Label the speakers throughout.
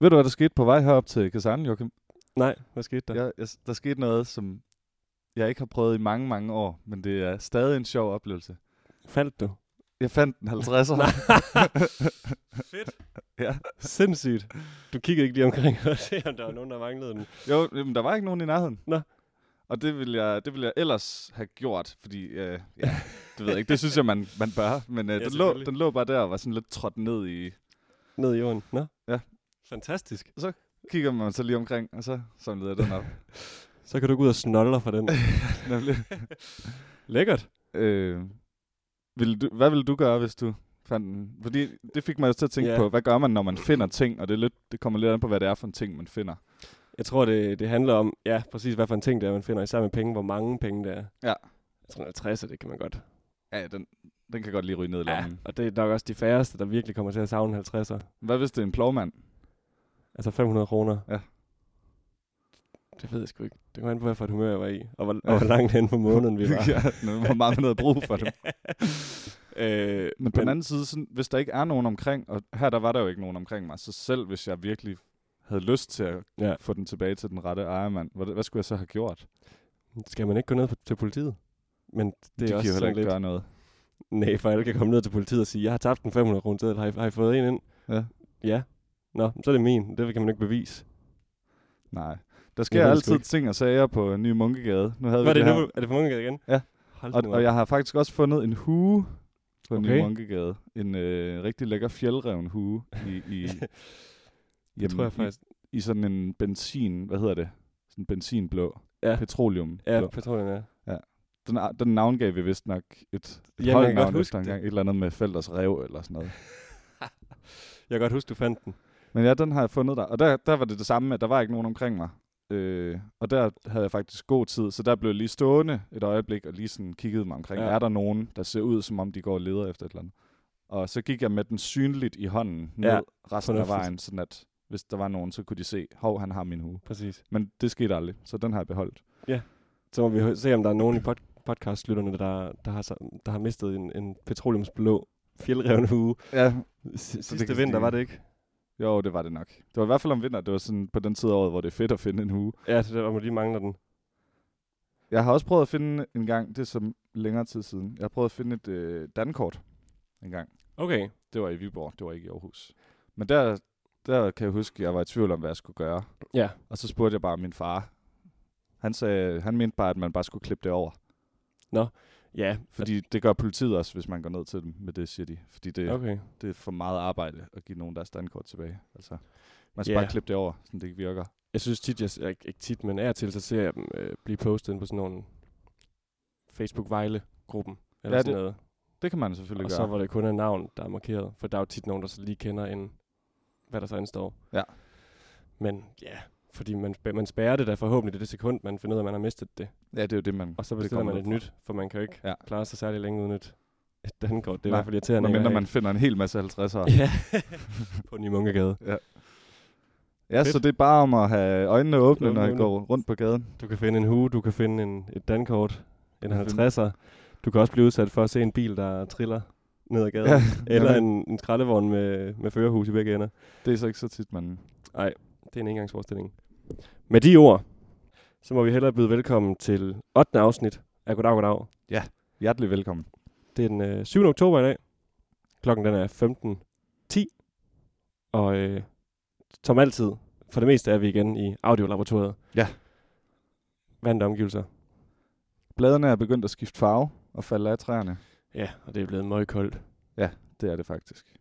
Speaker 1: Ved du, hvad der skete på vej herop til Kasernen, Joachim?
Speaker 2: Nej, hvad skete der? Ja.
Speaker 1: Jeg, jeg, der skete noget, som jeg ikke har prøvet i mange, mange år, men det er stadig en sjov oplevelse.
Speaker 2: Faldt du?
Speaker 1: Jeg fandt en 50'er.
Speaker 2: Fedt.
Speaker 1: Ja.
Speaker 2: Sindssygt. Du kiggede ikke lige omkring og se, om der var nogen, der manglede den.
Speaker 1: Jo, jamen, der var ikke nogen i nærheden.
Speaker 2: Nå.
Speaker 1: Og det ville jeg, det ville jeg ellers have gjort, fordi, øh, ja, det ved jeg ikke, det synes jeg, man, man bør. Men øh, ja,
Speaker 2: Ja,
Speaker 1: den, lå,
Speaker 2: selvfølgelig.
Speaker 1: den lå bare der og var sådan lidt trådt ned i.
Speaker 2: Ned i jorden. Nå?
Speaker 1: Ja.
Speaker 2: Fantastisk.
Speaker 1: Kigger man så lige omkring, og så samlede jeg den op.
Speaker 2: Så kan du gå ud og snolle for
Speaker 1: Uh.
Speaker 2: den.
Speaker 1: Nemlig.
Speaker 2: Lækkert.
Speaker 1: Øh, ville du, hvad ville du gøre, hvis du fandt den? Fordi det fik mig jo til at tænke
Speaker 2: Ja.
Speaker 1: yeah. på, hvad gør man, når man finder ting? Og det, er lidt, det kommer lidt an på, hvad det er for en ting, man finder.
Speaker 2: Jeg tror, det, det handler om, ja, præcis hvad for en ting det er, man finder. Især med penge, hvor mange penge det er.
Speaker 1: Ja.
Speaker 2: Jeg tror, 50, det kan man godt.
Speaker 1: Ja, ja, den, den kan godt lige ryge ned i lommen.
Speaker 2: Og det er nok også de færreste, der virkelig kommer til at savne 50'er.
Speaker 1: Hvad hvis det er en plovmand?
Speaker 2: Altså 500 kroner.
Speaker 1: Ja.
Speaker 2: Det ved jeg sgu ikke. Det kommer an på, hvad for et humør jeg var i. Og hvor,
Speaker 1: Ja.
Speaker 2: og hvor langt hen på måneden vi var.
Speaker 1: ja, nu- hvor meget man havde brug for det.
Speaker 2: øh,
Speaker 1: Men på den anden side, sådan, hvis der ikke er nogen omkring, og her der var der jo ikke nogen omkring mig, så selv hvis jeg virkelig havde lyst til at
Speaker 2: Ja.
Speaker 1: ja. få den tilbage til den rette ejermand, hvad, hvad skulle jeg så have gjort?
Speaker 2: skal man ikke gå ned på- til politiet? Men det er
Speaker 1: De kan
Speaker 2: også
Speaker 1: jo heller
Speaker 2: sådan
Speaker 1: ikke
Speaker 2: lidt...
Speaker 1: gøre noget.
Speaker 2: Nej, for alle kan komme ned til politiet og sige, jeg har tabt en 500 kroner seddel. Har I, har I fået en ind?
Speaker 1: Ja.
Speaker 2: Ja. Nå, så er det min. Det kan man ikke bevise.
Speaker 1: Nej. Der
Speaker 2: ved
Speaker 1: sker
Speaker 2: det sgu
Speaker 1: altid
Speaker 2: ikke.
Speaker 1: ting og sager på Nye Munkegade. Nu havde
Speaker 2: Hvad er
Speaker 1: vi
Speaker 2: det,
Speaker 1: det,
Speaker 2: nu? Er det på Munkegade igen?
Speaker 1: Ja.
Speaker 2: Hold
Speaker 1: her.
Speaker 2: nu
Speaker 1: Og, og
Speaker 2: op.
Speaker 1: jeg har faktisk også fundet en hue på okay. Nye
Speaker 2: Okay.
Speaker 1: Munkegade. En øh, rigtig lækker fjeldreven hue i, i,
Speaker 2: Det tror jeg
Speaker 1: i-
Speaker 2: faktisk.
Speaker 1: i sådan en benzin, hvad hedder det? Sådan en benzinblå.
Speaker 2: Ja.
Speaker 1: Petroleum.
Speaker 2: Ja, petroleum, ja.
Speaker 1: Den, den navngav vi vist nok et, et
Speaker 2: Jamen, jeg kan godt
Speaker 1: holdnavn
Speaker 2: huske
Speaker 1: efter en gang. Et eller andet med Felders Rev eller sådan noget.
Speaker 2: Jeg kan godt huske, du fandt den.
Speaker 1: Men ja, den har jeg fundet der. Og der, der var det det samme med, at der var ikke nogen omkring mig. Øh, og der havde jeg faktisk god tid, så der blev jeg lige stående et øjeblik og lige sådan kiggede mig omkring.
Speaker 2: Ja.
Speaker 1: Ja. Er der nogen, der ser ud, som om de går og leder efter et eller andet? Og så gik jeg med den synligt i hånden ned
Speaker 2: Ja,
Speaker 1: ja, resten af
Speaker 2: fornuftigt.
Speaker 1: vejen, sådan at hvis der var nogen, så kunne de se, hov, han har min hue.
Speaker 2: Præcis.
Speaker 1: Men det skete aldrig, så den har jeg beholdt.
Speaker 2: Så må vi hø- se, om der er nogen i pod- podcastlytterne, der, der, har, så- der har mistet en, en petroleumsblå fjeldrevne hue.
Speaker 1: Ja,
Speaker 2: S-
Speaker 1: kan
Speaker 2: sidste
Speaker 1: stige.
Speaker 2: vinter, var det ikke?
Speaker 1: jo, det var det nok. Det var i hvert fald om vinter, det var sådan på den tid af året, hvor det er fedt at finde en hue.
Speaker 2: Ja, så der, og man lige mangler den.
Speaker 1: Jeg har også prøvet at finde en gang, det er som længere tid siden, jeg har prøvet at finde et øh, dankort en gang.
Speaker 2: Okay.
Speaker 1: Det var i Viborg, det var ikke i Aarhus. Men der, der kan jeg huske, at jeg var i tvivl om, hvad jeg skulle gøre.
Speaker 2: Ja.
Speaker 1: Og så spurgte jeg bare min far. Han, sagde, han mente bare, at man bare skulle klippe det over.
Speaker 2: Ja,
Speaker 1: Fordi det gør politiet også, hvis man går ned til dem med det, siger de. Fordi det, okay.
Speaker 2: okay.
Speaker 1: det er for meget arbejde at give nogen deres standkort tilbage. Altså, man skal
Speaker 2: Ja.
Speaker 1: yeah. bare klippe det over, så det ikke virker.
Speaker 2: Jeg synes tit, jeg, s- jeg, ikke tit, men af og til, så ser jeg dem øh, blive postet inde på sådan nogle Facebook-vejle-gruppen. Eller
Speaker 1: Ja,
Speaker 2: sådan
Speaker 1: det
Speaker 2: noget.
Speaker 1: Det kan man selvfølgelig
Speaker 2: Og
Speaker 1: gøre.
Speaker 2: så hvor det kun er navn, der er markeret. For der er jo tit nogen, der så lige kender en, hvad der så indstår.
Speaker 1: Ja.
Speaker 2: Men ja, fordi man, spæ- man spærrer det da forhåbentlig det, det sekund, man finder ud af, at man har mistet det.
Speaker 1: ja, det er jo det, man...
Speaker 2: Og så
Speaker 1: det
Speaker 2: bestiller
Speaker 1: kommer
Speaker 2: man et
Speaker 1: derfra.
Speaker 2: nyt, for man kan jo ikke ja.
Speaker 1: Ja.
Speaker 2: klare sig særlig længe uden et, et dankort. Det er i
Speaker 1: Nej,
Speaker 2: hvert fald
Speaker 1: Når
Speaker 2: irriterende. ikke at
Speaker 1: mindre
Speaker 2: have
Speaker 1: man finder en hel masse 50'ere.
Speaker 2: et- Ja, på Nye Munkegade.
Speaker 1: Ja,
Speaker 2: Fedt.
Speaker 1: så det er bare om at have øjnene åbne,
Speaker 2: Øjnene
Speaker 1: når I
Speaker 2: åbne.
Speaker 1: går rundt på gaden.
Speaker 2: Du kan finde en hue, du kan finde en, et dankort, en
Speaker 1: Du kan
Speaker 2: 50'er. Du kan også blive udsat for at se en bil, der triller ned ad gaden.
Speaker 1: Ja,
Speaker 2: Ja, eller
Speaker 1: nemlig.
Speaker 2: en, en skraldevogn med, med førerhus i begge ender.
Speaker 1: Det er så ikke så tit, man...
Speaker 2: Nej, det er en engangsforestilling. Med de ord, så må vi hellere byde velkommen til 8. afsnit af Goddag, Goddag.
Speaker 1: Hjertelig velkommen.
Speaker 2: Det er den øh, 7. oktober i dag. Klokken den er 15.10. Og øh, som altid, for det meste er vi igen i audiolaboratoriet.
Speaker 1: Ja.
Speaker 2: Vand omgivelser.
Speaker 1: Bladene er begyndt at skifte farve og falde af træerne.
Speaker 2: Ja, og det er blevet meget koldt.
Speaker 1: Det er det faktisk.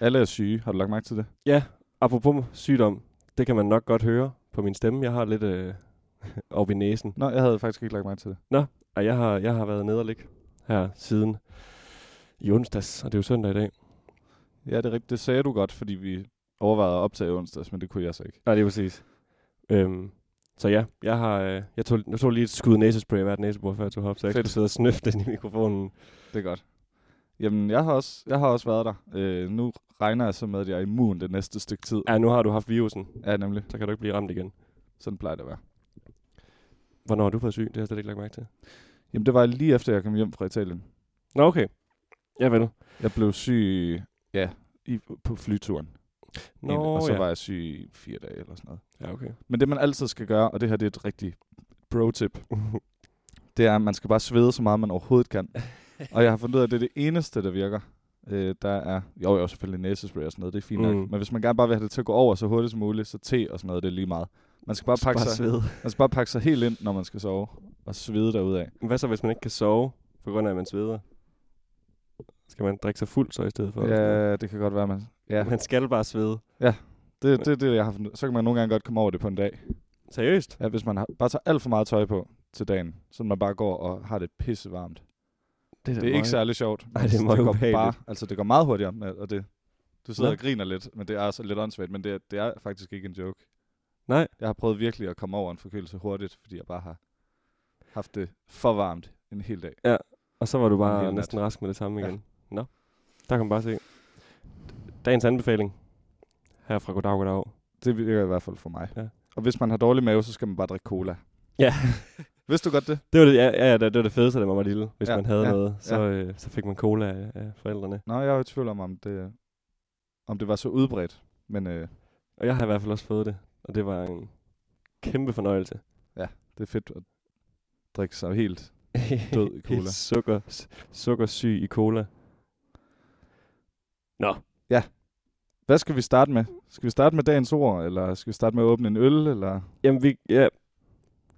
Speaker 1: Alle er syge. Har du lagt mærke til det?
Speaker 2: Ja, apropos sygdom, det kan man nok godt høre på min stemme. Jeg har lidt øh, op i næsen,
Speaker 1: Nå, jeg havde faktisk ikke lagt mærke til det.
Speaker 2: og jeg har, jeg har været nede og ligge her siden i onsdags, og det er jo søndag i dag.
Speaker 1: Ja, det er rigtigt. Det sagde du godt, fordi vi overvejede at optage onsdags, men det kunne jeg så ikke.
Speaker 2: Nej, det er præcis. Øhm, så ja, jeg har øh, jeg, tog, jeg tog lige et skud næsespray i hvert næsebord, før jeg tog op, så jeg
Speaker 1: Fedt.
Speaker 2: ikke sidde og snøfte ind i mikrofonen.
Speaker 1: Det er godt. Jamen, jeg har også, jeg har også været der. Øh, nu regner jeg så med, at jeg er immun det næste stykke tid.
Speaker 2: Ja, nu har du haft virusen,
Speaker 1: Ja, nemlig.
Speaker 2: så kan du ikke blive ramt igen.
Speaker 1: Sådan plejer det at være.
Speaker 2: Hvornår har du fået syg? Det har jeg slet ikke lagt mærke til.
Speaker 1: Jamen, det var lige efter, jeg kom hjem fra Italien.
Speaker 2: Nå, okay. Ja, vel.
Speaker 1: Jeg blev syg, ja, i, på flyturen. en, og så
Speaker 2: ja.
Speaker 1: var jeg syg i fire dage eller sådan noget.
Speaker 2: ja, okay.
Speaker 1: Men det, man altid skal gøre, og det her det er et rigtigt pro-tip, det er, at man skal bare svede så meget, man overhovedet kan. og jeg har fundet ud af, at det er det eneste, der virker. Øh, der er, jo jo, selvfølgelig næsespray og sådan noget, det er fint mm.
Speaker 2: Mm.
Speaker 1: nok. Men hvis man gerne bare vil have det til at gå over så hurtigt som muligt, så te og sådan noget, det er lige meget. Man skal bare pakke, sig,
Speaker 2: svede.
Speaker 1: man skal bare pakke sig helt ind, når man skal sove, og svede derudad.
Speaker 2: Hvad så, hvis man ikke kan sove, på grund af, at man sveder? Skal man drikke sig fuld så i stedet for?
Speaker 1: Ja, det kan godt være, man... Ja,
Speaker 2: Man skal bare svede.
Speaker 1: det er det, det, jeg har fundet. Så kan man nogle gange godt komme over det på en dag.
Speaker 2: Seriøst?
Speaker 1: Ja, hvis man har, bare tager alt for meget tøj på til dagen, så man bare går og har det pisse varmt.
Speaker 2: Det
Speaker 1: Det er ikke særlig sjovt. men
Speaker 2: Ej, det er meget
Speaker 1: det går
Speaker 2: ubehageligt.
Speaker 1: bare, altså det går meget hurtigt om, og det, du sidder
Speaker 2: Nå.
Speaker 1: og griner lidt, men det er altså lidt åndssvagt, men det er, det er faktisk ikke en joke.
Speaker 2: Nej.
Speaker 1: Jeg har prøvet virkelig at komme over en forkølelse hurtigt, fordi jeg bare har haft det for varmt en hel dag.
Speaker 2: Og så var du
Speaker 1: En
Speaker 2: bare
Speaker 1: hel
Speaker 2: næsten rask med det samme
Speaker 1: Ja.
Speaker 2: igen. Nå, der kan man bare se. Dagens anbefaling her fra Goddag Goddag.
Speaker 1: Det virker i hvert fald for mig.
Speaker 2: Ja.
Speaker 1: Og hvis man har dårlig mave, så skal man bare drikke cola.
Speaker 2: Ja.
Speaker 1: Vidste du godt det?
Speaker 2: Det var det, ja, ja, det, det, var det fedeste, da man var lille. Hvis
Speaker 1: Ja,
Speaker 2: ja, man havde
Speaker 1: ja,
Speaker 2: ja, noget, så, øh, så fik man cola af, af forældrene.
Speaker 1: Nå, jeg er i tvivl om, om det, om det var så udbredt. Men øh,
Speaker 2: Og jeg har i hvert fald også fået det, og det var en kæmpe fornøjelse.
Speaker 1: det er fedt at drikke sig helt død i cola.
Speaker 2: Helt sukker, s- sukkersyg i cola. Nå,
Speaker 1: Hvad skal vi starte med? Skal vi starte med dagens ord, eller skal vi starte med at åbne en øl, eller...
Speaker 2: jamen vi... Ja.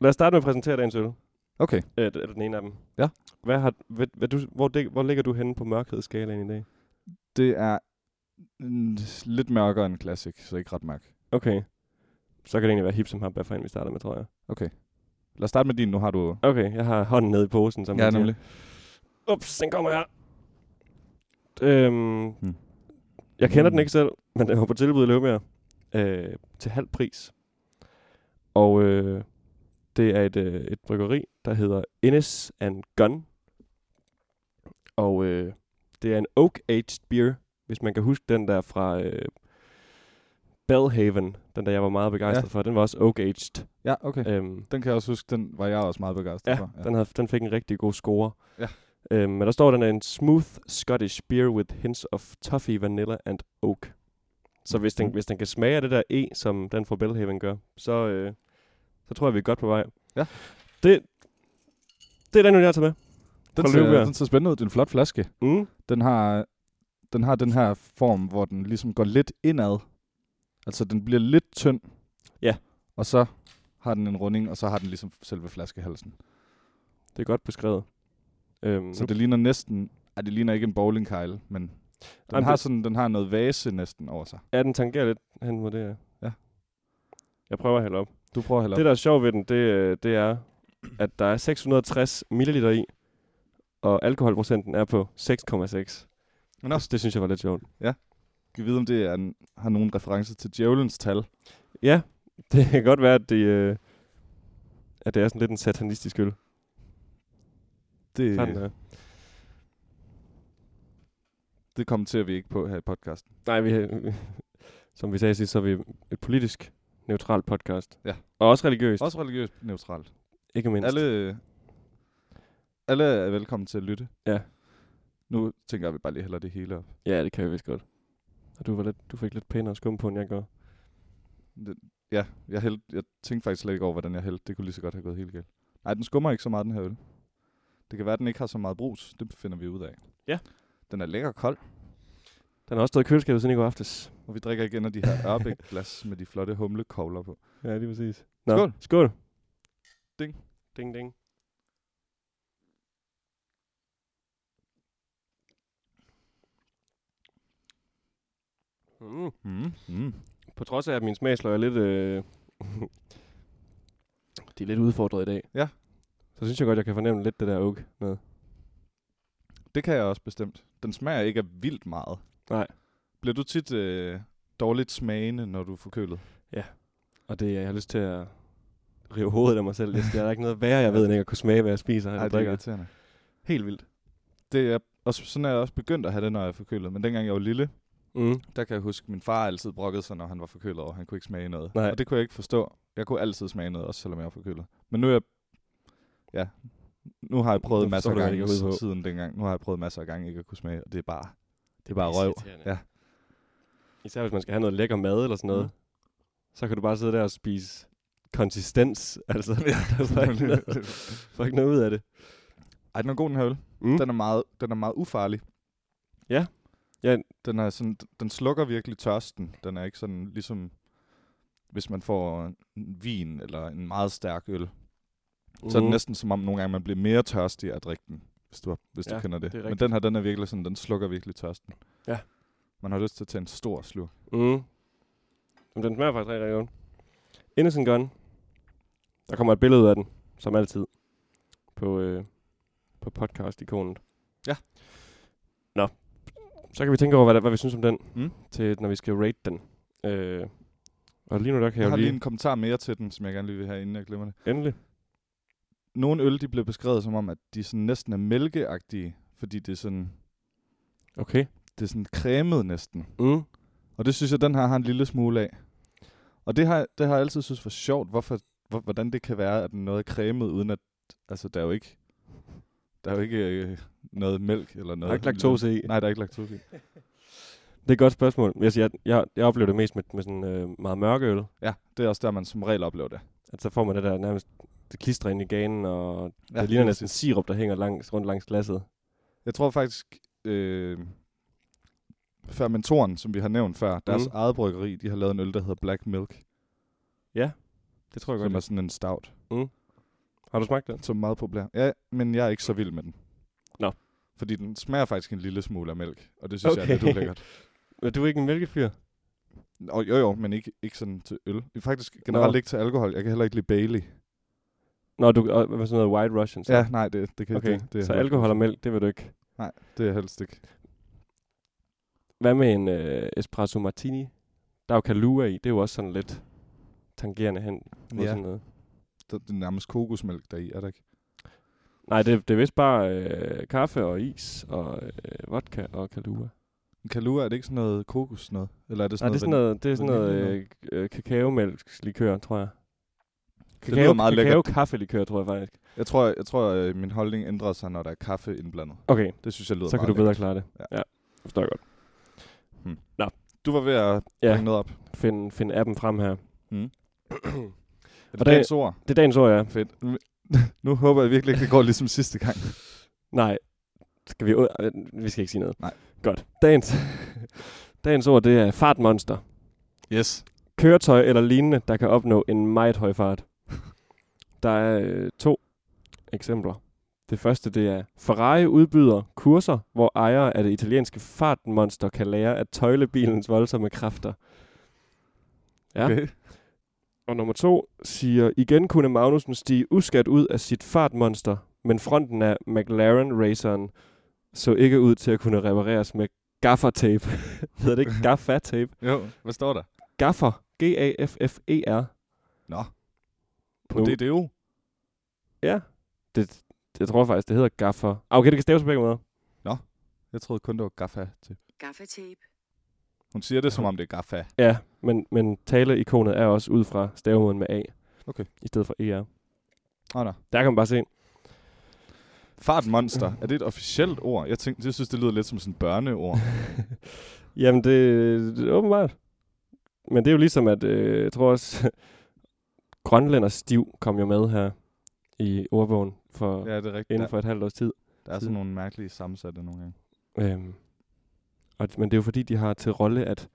Speaker 2: Lad os starte med at præsentere dagens øl.
Speaker 1: Okay.
Speaker 2: Øh, det- eller den ene af dem.
Speaker 1: Ja.
Speaker 2: Hvad har, hvad, hvad du, hvor, dig, hvor ligger du henne på mørkhedsskalaen i dag?
Speaker 1: Det er mm, lidt mørkere end Classic, så ikke ret mørk.
Speaker 2: Okay. Så kan det egentlig være hip som ham, hvad for en vi starter med, tror jeg.
Speaker 1: Lad os starte med din, nu har du...
Speaker 2: Okay, jeg har hånden nede i posen, som
Speaker 1: ja,
Speaker 2: man siger.
Speaker 1: nemlig.
Speaker 2: Ups, den kommer her. Øhm,
Speaker 1: Hmm.
Speaker 2: hmm. Jeg kender
Speaker 1: Hmm.
Speaker 2: den ikke selv, men den var på tilbud i Løbjerg. Øh, til halv pris. Og øh, det er et, øh, et bryggeri, der hedder Innis and Gun. Og øh, det er en oak-aged beer, hvis man kan huske den der fra øh, Bellhaven, den der jeg var meget begejstret
Speaker 1: Ja.
Speaker 2: ja. for. Den var også oak-aged.
Speaker 1: Ja, okay. Øh.
Speaker 2: Øhm,
Speaker 1: Den kan jeg også huske, den var jeg også meget begejstret
Speaker 2: Ja,
Speaker 1: for.
Speaker 2: Den, havde, den fik en rigtig god score.
Speaker 1: Ja.
Speaker 2: Øhm, men der står, at den er en smooth Scottish beer with hints of toffee, vanilla and oak. Så hvis den,
Speaker 1: Mm.
Speaker 2: hvis den kan smage af det der E, som den fra Bellhaven gør, så, øh, så tror jeg, vi er godt på vej.
Speaker 1: Ja.
Speaker 2: Det, det er den, jeg har taget
Speaker 1: den,
Speaker 2: fra Løvbjerg.
Speaker 1: ser, den ser spændende ud, det er en flot flaske.
Speaker 2: med. Mm.
Speaker 1: Den har, den har den her form, hvor den ligesom går lidt indad. Altså, den bliver lidt tynd.
Speaker 2: Ja.
Speaker 1: Og så har den en runding, og så har den ligesom selve flaskehalsen.
Speaker 2: Det er godt beskrevet. Øhm,
Speaker 1: Så det ligner næsten... Ej, det ligner ikke en bowlingkejle, men den,
Speaker 2: Jamen,
Speaker 1: har
Speaker 2: det-
Speaker 1: sådan, den har noget vase næsten over sig.
Speaker 2: Ja, den tangerer lidt hen mod det her.
Speaker 1: Ja.
Speaker 2: Jeg prøver at hælde op.
Speaker 1: Du prøver heller.
Speaker 2: Det, der er sjovt ved den, det, øh, det er, at der er 660 ml i, og alkoholprocenten er på 6,6.
Speaker 1: Nå.
Speaker 2: Altså, Det, det synes jeg var lidt sjovt.
Speaker 1: Kan vide, om det er en, har nogen reference til djævelens tal?
Speaker 2: Ja, det kan godt være, at det, øh, at det er sådan lidt en satanistisk øl.
Speaker 1: Det,
Speaker 2: Sådan, øh.
Speaker 1: det kommenterer vi ikke på her i podcasten.
Speaker 2: Nej, vi, som vi sagde sidst, så er vi et politisk neutralt podcast.
Speaker 1: Ja.
Speaker 2: Og også religiøst,
Speaker 1: Også religiøst neutralt.
Speaker 2: ikke mindst.
Speaker 1: Alle, alle er velkommen til at lytte.
Speaker 2: Ja.
Speaker 1: Nu tænker jeg, at vi bare lige hælder det hele op.
Speaker 2: Ja, det kan vi vist godt. Og du, var lidt, du fik lidt pænere skum på, end jeg gør.
Speaker 1: Ja, jeg, hæld, jeg tænkte faktisk slet ikke over, hvordan jeg hældte. Det kunne lige så godt have gået helt galt. Nej, den skummer ikke så meget, den her øl. Det kan være, at den ikke har så meget brus. Det finder vi ud af.
Speaker 2: Ja.
Speaker 1: Den er lækker kold,
Speaker 2: Den har også stået i køleskabet siden i går aftes.
Speaker 1: og vi drikker igen af de her Ørbæk-glas med de flotte humlekogler på.
Speaker 2: Ja, lige præcis. Nå.
Speaker 1: Skål.
Speaker 2: Skål.
Speaker 1: Ding.
Speaker 2: Ding, ding. Mm.
Speaker 1: Mm. Mm.
Speaker 2: På trods af, at min smagsløg er lidt... Øh, de er lidt udfordret i dag.
Speaker 1: Ja.
Speaker 2: Så synes jeg godt, jeg kan fornemme lidt det der oak med.
Speaker 1: Det kan jeg også bestemt. Den smager ikke af vildt meget.
Speaker 2: Nej.
Speaker 1: Bliver du tit øh, dårligt smagende, når du er forkølet?
Speaker 2: Og det, jeg har lyst til at rive hovedet af mig selv. lidt. Der er ikke noget værre, jeg ved, end ikke at kunne smage, hvad jeg spiser eller
Speaker 1: det er
Speaker 2: drikker.
Speaker 1: irriterende.
Speaker 2: Helt vildt.
Speaker 1: Det er, og sådan er jeg også begyndt at have det, når jeg er forkølet. Men dengang jeg var lille,
Speaker 2: Mm.
Speaker 1: der kan jeg huske, at min far altid brokkede sig, når han var forkølet, og han kunne ikke smage noget.
Speaker 2: Nej.
Speaker 1: Og det kunne jeg ikke forstå. Jeg kunne altid smage noget, også selvom jeg var forkølet. Men nu er jeg... Ja, nu har jeg prøvet
Speaker 2: Nu
Speaker 1: masser
Speaker 2: forstår
Speaker 1: af
Speaker 2: du, hvad det
Speaker 1: gange
Speaker 2: går ud på.
Speaker 1: siden dengang. Nu har jeg prøvet masser af gange ikke at kunne smage, og det er bare, det er bare røv.
Speaker 2: pisseirriterende.
Speaker 1: Ja.
Speaker 2: Især hvis man skal have noget lækker mad eller sådan noget.
Speaker 1: Mm.
Speaker 2: Mm. Så kan du bare sidde der og spise konsistens. Altså,
Speaker 1: Ja.
Speaker 2: der får ikke noget, får ikke noget ud af det.
Speaker 1: Ej, den er god, den her øl.
Speaker 2: Mm.
Speaker 1: Den er meget, den er meget ufarlig.
Speaker 2: Ja. Ja.
Speaker 1: Den, er sådan, den slukker virkelig tørsten. Den er ikke sådan ligesom, hvis man får en vin eller en meget stærk øl. Mm. Så er det næsten som om nogle gange, man bliver mere tørstig af at drikke den, hvis du, har- hvis ja,
Speaker 2: Ja,
Speaker 1: du kender det.
Speaker 2: det er
Speaker 1: det Men
Speaker 2: rigtigt.
Speaker 1: den her, den er virkelig sådan, den slukker virkelig tørsten.
Speaker 2: Ja.
Speaker 1: Man har lyst til at tage en stor slur.
Speaker 2: Mm. Jamen, den smager faktisk rigtig, rigtig godt. Innocent Gun. Der kommer et billede ud af den, som altid, på, øh, på podcast-ikonet.
Speaker 1: Ja.
Speaker 2: Nå. Så kan vi tænke over, hvad, der, hvad vi synes om den,
Speaker 1: Mm.
Speaker 2: til, når vi skal rate den. Øh, og lige nu der kan
Speaker 1: Jeg har
Speaker 2: jeg jo
Speaker 1: lige
Speaker 2: lige...
Speaker 1: en kommentar mere til den, som jeg gerne lige vil have, inden jeg glemmer det.
Speaker 2: Endelig.
Speaker 1: Nogle øl, de bliver beskrevet som om, at de sådan næsten er mælkeagtige, fordi det er sådan,
Speaker 2: Okay.
Speaker 1: det er sådan cremet næsten.
Speaker 2: Mm.
Speaker 1: Og det synes jeg, den her har en lille smule af. Og det har, det har jeg altid synes var sjovt, hvorfor, hvor, hvordan det kan være, at noget er cremet, uden at... Altså, der er jo ikke, der er jo ikke øh, noget mælk eller noget...
Speaker 2: Der er ikke laktose i.
Speaker 1: Nej, der er ikke laktose i.
Speaker 2: Det er et godt spørgsmål. Jeg, siger, jeg, jeg, jeg oplever det mest med, med sådan øh, meget mørke øl.
Speaker 1: Ja, det er også der, man som regel oplever det.
Speaker 2: At så får man det der nærmest det klistrer ind i ganen, og
Speaker 1: Ja,
Speaker 2: ja, det ligner næsten sirup, der hænger langs, rundt langs glasset.
Speaker 1: Jeg tror faktisk, øh, fermentoren, som vi har nævnt før, deres
Speaker 2: Mhm.
Speaker 1: eget bryggeri, de har lavet en øl, der hedder Black Milk,
Speaker 2: Det tror jeg godt,
Speaker 1: som er sådan en stout,
Speaker 2: Har du smagt den?
Speaker 1: som er meget populær. Ja, men jeg er ikke så vild med den.
Speaker 2: Nå.
Speaker 1: Fordi den smager faktisk en lille smule af mælk, og det synes okay. jeg er
Speaker 2: Okay.
Speaker 1: lidt ulækkert.
Speaker 2: Men du er ikke en mælkefyr?
Speaker 1: Og jo jo, men ikke, ikke sådan til øl. Faktisk generelt
Speaker 2: Nå.
Speaker 1: ikke til alkohol. Jeg kan heller ikke lide Bailey.
Speaker 2: Nå, du og, hvad sådan noget white russian. Så.
Speaker 1: Ja, nej, det, det kan
Speaker 2: okay.
Speaker 1: det, det
Speaker 2: så alkohol og mælk, det vil du ikke.
Speaker 1: Nej, det er helst ikke.
Speaker 2: Hvad med en øh, espresso martini? Der er jo kalua i, det er jo også sådan lidt tangerende hen mod
Speaker 1: Ja.
Speaker 2: ja. sådan noget.
Speaker 1: Der, det er nærmest kokosmælk deri, er der ikke?
Speaker 2: Nej, det, det er vist bare øh, kaffe og is og øh, vodka og kalua.
Speaker 1: Men Kalua, er det ikke sådan noget kokos noget? Eller er det sådan
Speaker 2: Nej, det er sådan
Speaker 1: noget...
Speaker 2: noget, det er sådan noget
Speaker 1: vanilje
Speaker 2: øh, øh, kakaomælkslikør, tror jeg.
Speaker 1: Det lyder meget lækkert.
Speaker 2: kakao tror jeg faktisk.
Speaker 1: vand- Jeg tror, jeg tror øh, min holdning ændrer sig, når der er kaffe indblandet.
Speaker 2: Okay,
Speaker 1: Det synes jeg lyder
Speaker 2: så kan
Speaker 1: meget
Speaker 2: du bedre
Speaker 1: lækkert.
Speaker 2: klare det.
Speaker 1: Ja.
Speaker 2: Ja, ja. forstår jeg godt. Mm.
Speaker 1: Du var ved at
Speaker 2: Ja.
Speaker 1: bringe noget op.
Speaker 2: Find, find appen frem her.
Speaker 1: Mm. Er det
Speaker 2: Og der-
Speaker 1: dagens ord?
Speaker 2: Det er dagens ord, ja.
Speaker 1: Fedt. Nu håber jeg virkelig ikke, det går ligesom sidste gang.
Speaker 2: Nej. Skal vi, ud- øh, vi skal ikke sige noget.
Speaker 1: Nej.
Speaker 2: Godt. Dagens, dagens ord, det er fartmonster.
Speaker 1: Yes.
Speaker 2: Køretøj eller lignende, der kan opnå en meget høj fart. Der er øh, to eksempler. Det første, det er Ferrari udbyder kurser, hvor ejere af det italienske fartmonster kan lære at tøjle bilens voldsomme kræfter. Ja.
Speaker 1: Okay.
Speaker 2: Og nummer to siger, igen kunne Magnussen stige uskat ud af sit fartmonster, men fronten af McLaren-raceren så ikke ud til at kunne repareres med gaffertape. Hedder det ikke gaffatape?
Speaker 1: Jo, hvad står der?
Speaker 2: Gaffer. G-A-F-F-E-R.
Speaker 1: Nå. På
Speaker 2: Nu-
Speaker 1: DDO?
Speaker 2: Ja. Det, det, jeg tror faktisk, det hedder gaffer. Ah, okay, det kan staves på begge måder.
Speaker 1: Jeg troede kun, det var gaffa til.
Speaker 3: Gaffatape.
Speaker 1: Hun siger det, som om det er gaffa.
Speaker 2: Ja, men, men taleikonet er også ud fra stavemåden med A.
Speaker 1: Okay.
Speaker 2: I stedet for ER.
Speaker 1: Åh, oh, nej.
Speaker 2: Der kan man bare se.
Speaker 1: Fartmonster, er det et officielt ord? Jeg, tænkte, jeg synes, det lyder lidt som sådan et børneord.
Speaker 2: Jamen, det, det er åbenbart. Men det er jo ligesom, at øh, jeg tror også, Grønland og Stiv kom jo med her i ordbogen for, ja,
Speaker 1: ja, det er rigtigt.
Speaker 2: inden
Speaker 1: Der,
Speaker 2: for et halvt års tid.
Speaker 1: der er sådan nogle mærkelige sammensatte nogle gange.
Speaker 2: Øhm, og, men det er jo fordi, de har til rolle at,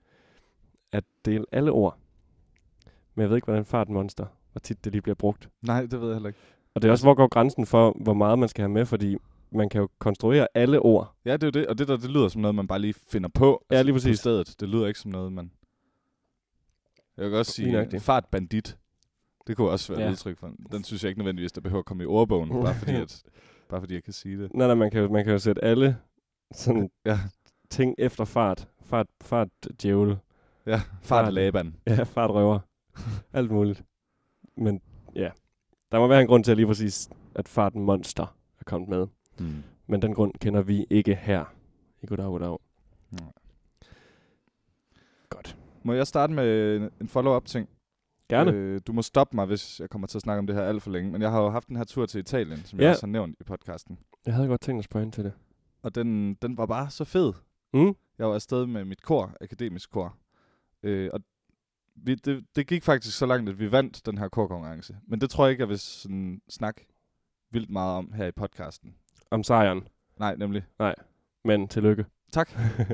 Speaker 2: at dele alle ord. Men jeg ved ikke, hvordan fartmonster, hvor tit det lige bliver brugt.
Speaker 1: Nej, det ved jeg heller ikke.
Speaker 2: Og det er også, hvor går grænsen for, hvor meget man skal have med, fordi man kan jo konstruere alle ord.
Speaker 1: Ja, det er jo det. Og det der, det lyder som noget, man bare lige finder på. altså,
Speaker 2: Ja, lige
Speaker 1: På
Speaker 2: præcis.
Speaker 1: stedet. Det lyder ikke som noget, man... Jeg kan også
Speaker 2: Lige
Speaker 1: sige, øh,
Speaker 2: nøjagtigt.
Speaker 1: fartbandit. Det kunne også være ja.
Speaker 2: Ja.
Speaker 1: et udtryk for. Den synes jeg ikke nødvendigvis, der behøver at komme i ordbogen, bare fordi, at, bare fordi jeg kan sige det.
Speaker 2: Nej, nej, man kan, jo- man kan jo sætte alle sådan
Speaker 1: Ja,
Speaker 2: ting efter fart. Fart, fart djævel.
Speaker 1: ja. Fart
Speaker 2: Fart.
Speaker 1: Laban.
Speaker 2: Ja, fart røver. Alt muligt. Men ja, der må være en grund til at lige præcis, at farten monster er kommet med.
Speaker 1: Hmm.
Speaker 2: Men den grund kender vi ikke her. I goddag, goddag.
Speaker 1: Nej.
Speaker 2: Godt.
Speaker 1: Må jeg starte med en- en follow-up ting?
Speaker 2: Gerne. Øh,
Speaker 1: Øh, du må stoppe mig, hvis jeg kommer til at snakke om det her alt for længe. Men jeg har jo haft den her tur til Italien, som ja. jeg
Speaker 2: Ja.
Speaker 1: også har nævnt i podcasten.
Speaker 2: jeg havde godt tænkt at spørge ind til det.
Speaker 1: Og den, den var bare så fed.
Speaker 2: Mm?
Speaker 1: Jeg var afsted med mit kor, akademisk kor. Øh, og vi, det, det gik faktisk så langt, at vi vandt den her korkonkurrence. Men det tror jeg ikke, jeg vil sådan, snakke vildt meget om her i podcasten.
Speaker 2: Om sejren.
Speaker 1: Nej, nemlig.
Speaker 2: Men tillykke.
Speaker 1: Tak. Øh,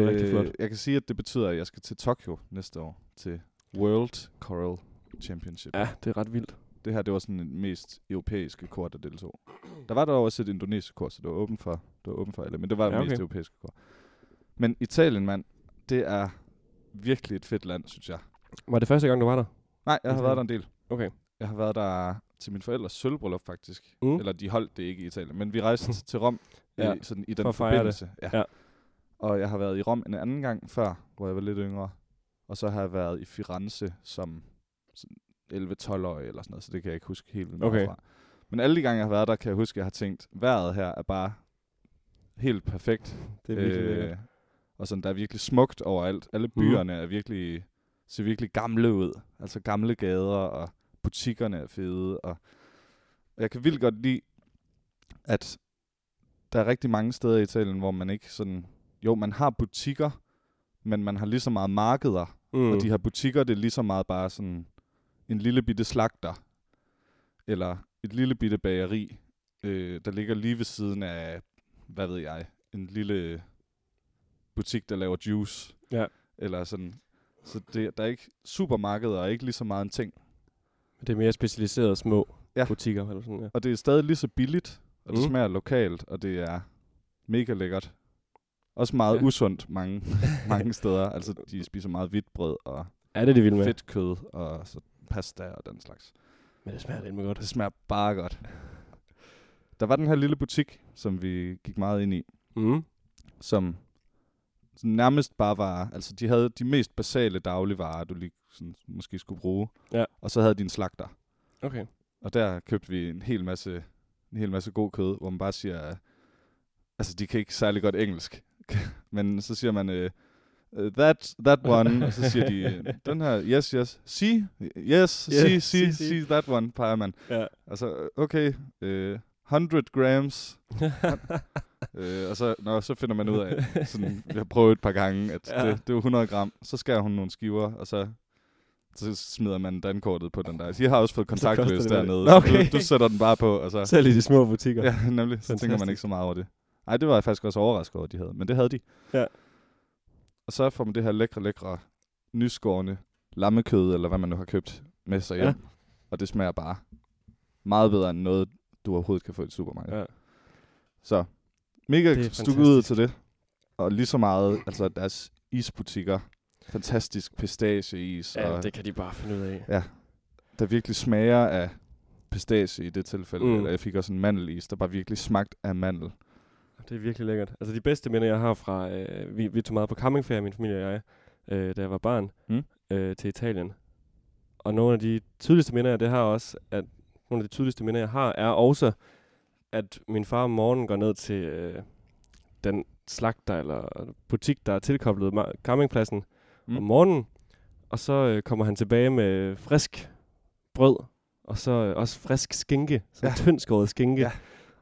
Speaker 2: Det er rigtig flot.
Speaker 1: Jeg kan sige, at det betyder, at jeg skal til Tokyo næste år til World Coral Championship.
Speaker 2: Ja, det er ret vildt.
Speaker 1: Det her, det var sådan den mest europæiske kor, der deltog. Der var der også et indonesisk kor, så det var åbent for, det var åbent for alle, men det var det
Speaker 2: Ja,
Speaker 1: mest
Speaker 2: okay.
Speaker 1: europæiske kor. Men Italien, mand, det er virkelig et fedt land, synes jeg.
Speaker 2: Var det første gang, du var der?
Speaker 1: Nej, jeg har
Speaker 2: Italien.
Speaker 1: været der en del.
Speaker 2: Okay.
Speaker 1: Jeg har været der til min forældres sølvbryllup, faktisk.
Speaker 2: Mm.
Speaker 1: Eller de holdt det ikke i Italien, men vi rejste til Rom
Speaker 2: Ja,
Speaker 1: ja. i, sådan, i
Speaker 2: for
Speaker 1: den
Speaker 2: at fejre det.
Speaker 1: forbindelse.
Speaker 2: Ja.
Speaker 1: Og jeg har været i Rom en anden gang før, hvor jeg var lidt yngre. Og så har jeg været i Firenze som sådan 11-12-årig eller sådan noget, så det kan jeg ikke huske helt vildt meget
Speaker 2: Okay.
Speaker 1: fra. Men alle de gange, jeg har været der, kan jeg huske, at jeg har tænkt, vejret her er bare helt perfekt.
Speaker 2: Det er virkelig øh, lækkert.
Speaker 1: og sådan, der er virkelig smukt overalt. Alle
Speaker 2: Mhm.
Speaker 1: byerne er virkelig, ser virkelig gamle ud. Altså gamle gader, og butikkerne er fede. Og og jeg kan vildt godt lide, at der er rigtig mange steder i Italien, hvor man ikke sådan... Jo, man har butikker, men man har lige så meget markeder,
Speaker 2: Mm.
Speaker 1: og de her butikker, det er lige så meget bare sådan en lille bitte slagter, eller et lille bitte bageri, øh, der ligger lige ved siden af, hvad ved jeg, en lille butik, der laver juice.
Speaker 2: Ja.
Speaker 1: Eller sådan. Så det, der er ikke supermarkeder, og ikke lige så meget en ting.
Speaker 2: Det er mere specialiserede små
Speaker 1: Ja.
Speaker 2: ja. butikker. Eller sådan, ja.
Speaker 1: Og det er stadig lige så billigt, og det
Speaker 2: Mm.
Speaker 1: mm. smager lokalt, og det er mega lækkert. Også meget
Speaker 2: Ja.
Speaker 1: ja. usundt mange, mange steder. Altså, de spiser meget hvidt brød og
Speaker 2: Er det det vilde med?
Speaker 1: fedt kød og så pasta og den slags.
Speaker 2: Men det smager lidt med godt.
Speaker 1: Det smager bare godt. Der var den her lille butik, som vi gik meget ind i,
Speaker 2: Mm.
Speaker 1: som sådan nærmest bare var, altså de havde de mest basale dagligvarer, du lige sådan, måske skulle bruge.
Speaker 2: Ja.
Speaker 1: Og så havde de en slagter.
Speaker 2: Okay.
Speaker 1: Og der købte vi en hel masse, en hel masse god kød, hvor man bare siger, øh, altså de kan ikke særlig godt engelsk, men så siger man, øh, øh, that, that one, og så siger de, øh, den her, yes, yes, see, yes, see, see,
Speaker 2: see, see."
Speaker 1: see, that one, peger man.
Speaker 2: Ja.
Speaker 1: Og så, øh, okay, øh, 100 grams. øh, og så, nå, så finder man ud af, sådan, jeg har prøvet et par gange, at
Speaker 2: Ja.
Speaker 1: ja. det, det er jo 100 gram. Så skærer hun nogle skiver, og så, så smider man dankortet på den der. De har også fået
Speaker 2: koster
Speaker 1: kontaktløs
Speaker 2: det hvad?
Speaker 1: dernede.
Speaker 2: Nå,
Speaker 1: så
Speaker 2: okay.
Speaker 1: Du, du, sætter den bare på, og så...
Speaker 2: Selv i de små butikker.
Speaker 1: Ja, nemlig. Så tænker man
Speaker 2: Fantastisk.
Speaker 1: ikke så meget over det. Nej, det var jeg faktisk også overrasket over, at de havde. Men det havde de.
Speaker 2: Ja.
Speaker 1: Og så får man det her lækre, lækre, nyskårne lammekød, eller hvad man nu har købt med sig hjem.
Speaker 2: Ja.
Speaker 1: Ja. Og det smager bare meget bedre end noget, du overhovedet kan få i et supermarked. Ja.
Speaker 2: ja.
Speaker 1: Så
Speaker 2: Det
Speaker 1: mega
Speaker 2: er
Speaker 1: stukket ud til det. Og lige så meget, altså deres isbutikker. Fantastisk pistacieis.
Speaker 2: ja
Speaker 1: og
Speaker 2: det kan de bare finde ud af.
Speaker 1: der virkelig smager af pistacie i det tilfælde.
Speaker 2: Mm.
Speaker 1: Mm. Eller jeg fik også en mandelis, der bare virkelig smagte af mandel.
Speaker 2: Det er virkelig lækkert. Altså de bedste minder, jeg har fra... Øh, vi, vi tog meget på campingferie, min familie og jeg, øh, da jeg var barn,
Speaker 1: Mm.
Speaker 2: øh, til Italien. Og nogle af de tydeligste minder, jeg det har også, at nogle af de tydeligste minder, jeg har, er også, at min far om morgenen går ned til øh, den slagter eller butik, der er tilkoblet ma- campingpladsen mm.
Speaker 1: Mm.
Speaker 2: om morgenen. Og så øh, kommer han tilbage med frisk brød, og så øh, også frisk skinke, sådan ja. tyndskåret skinke.
Speaker 1: Ja.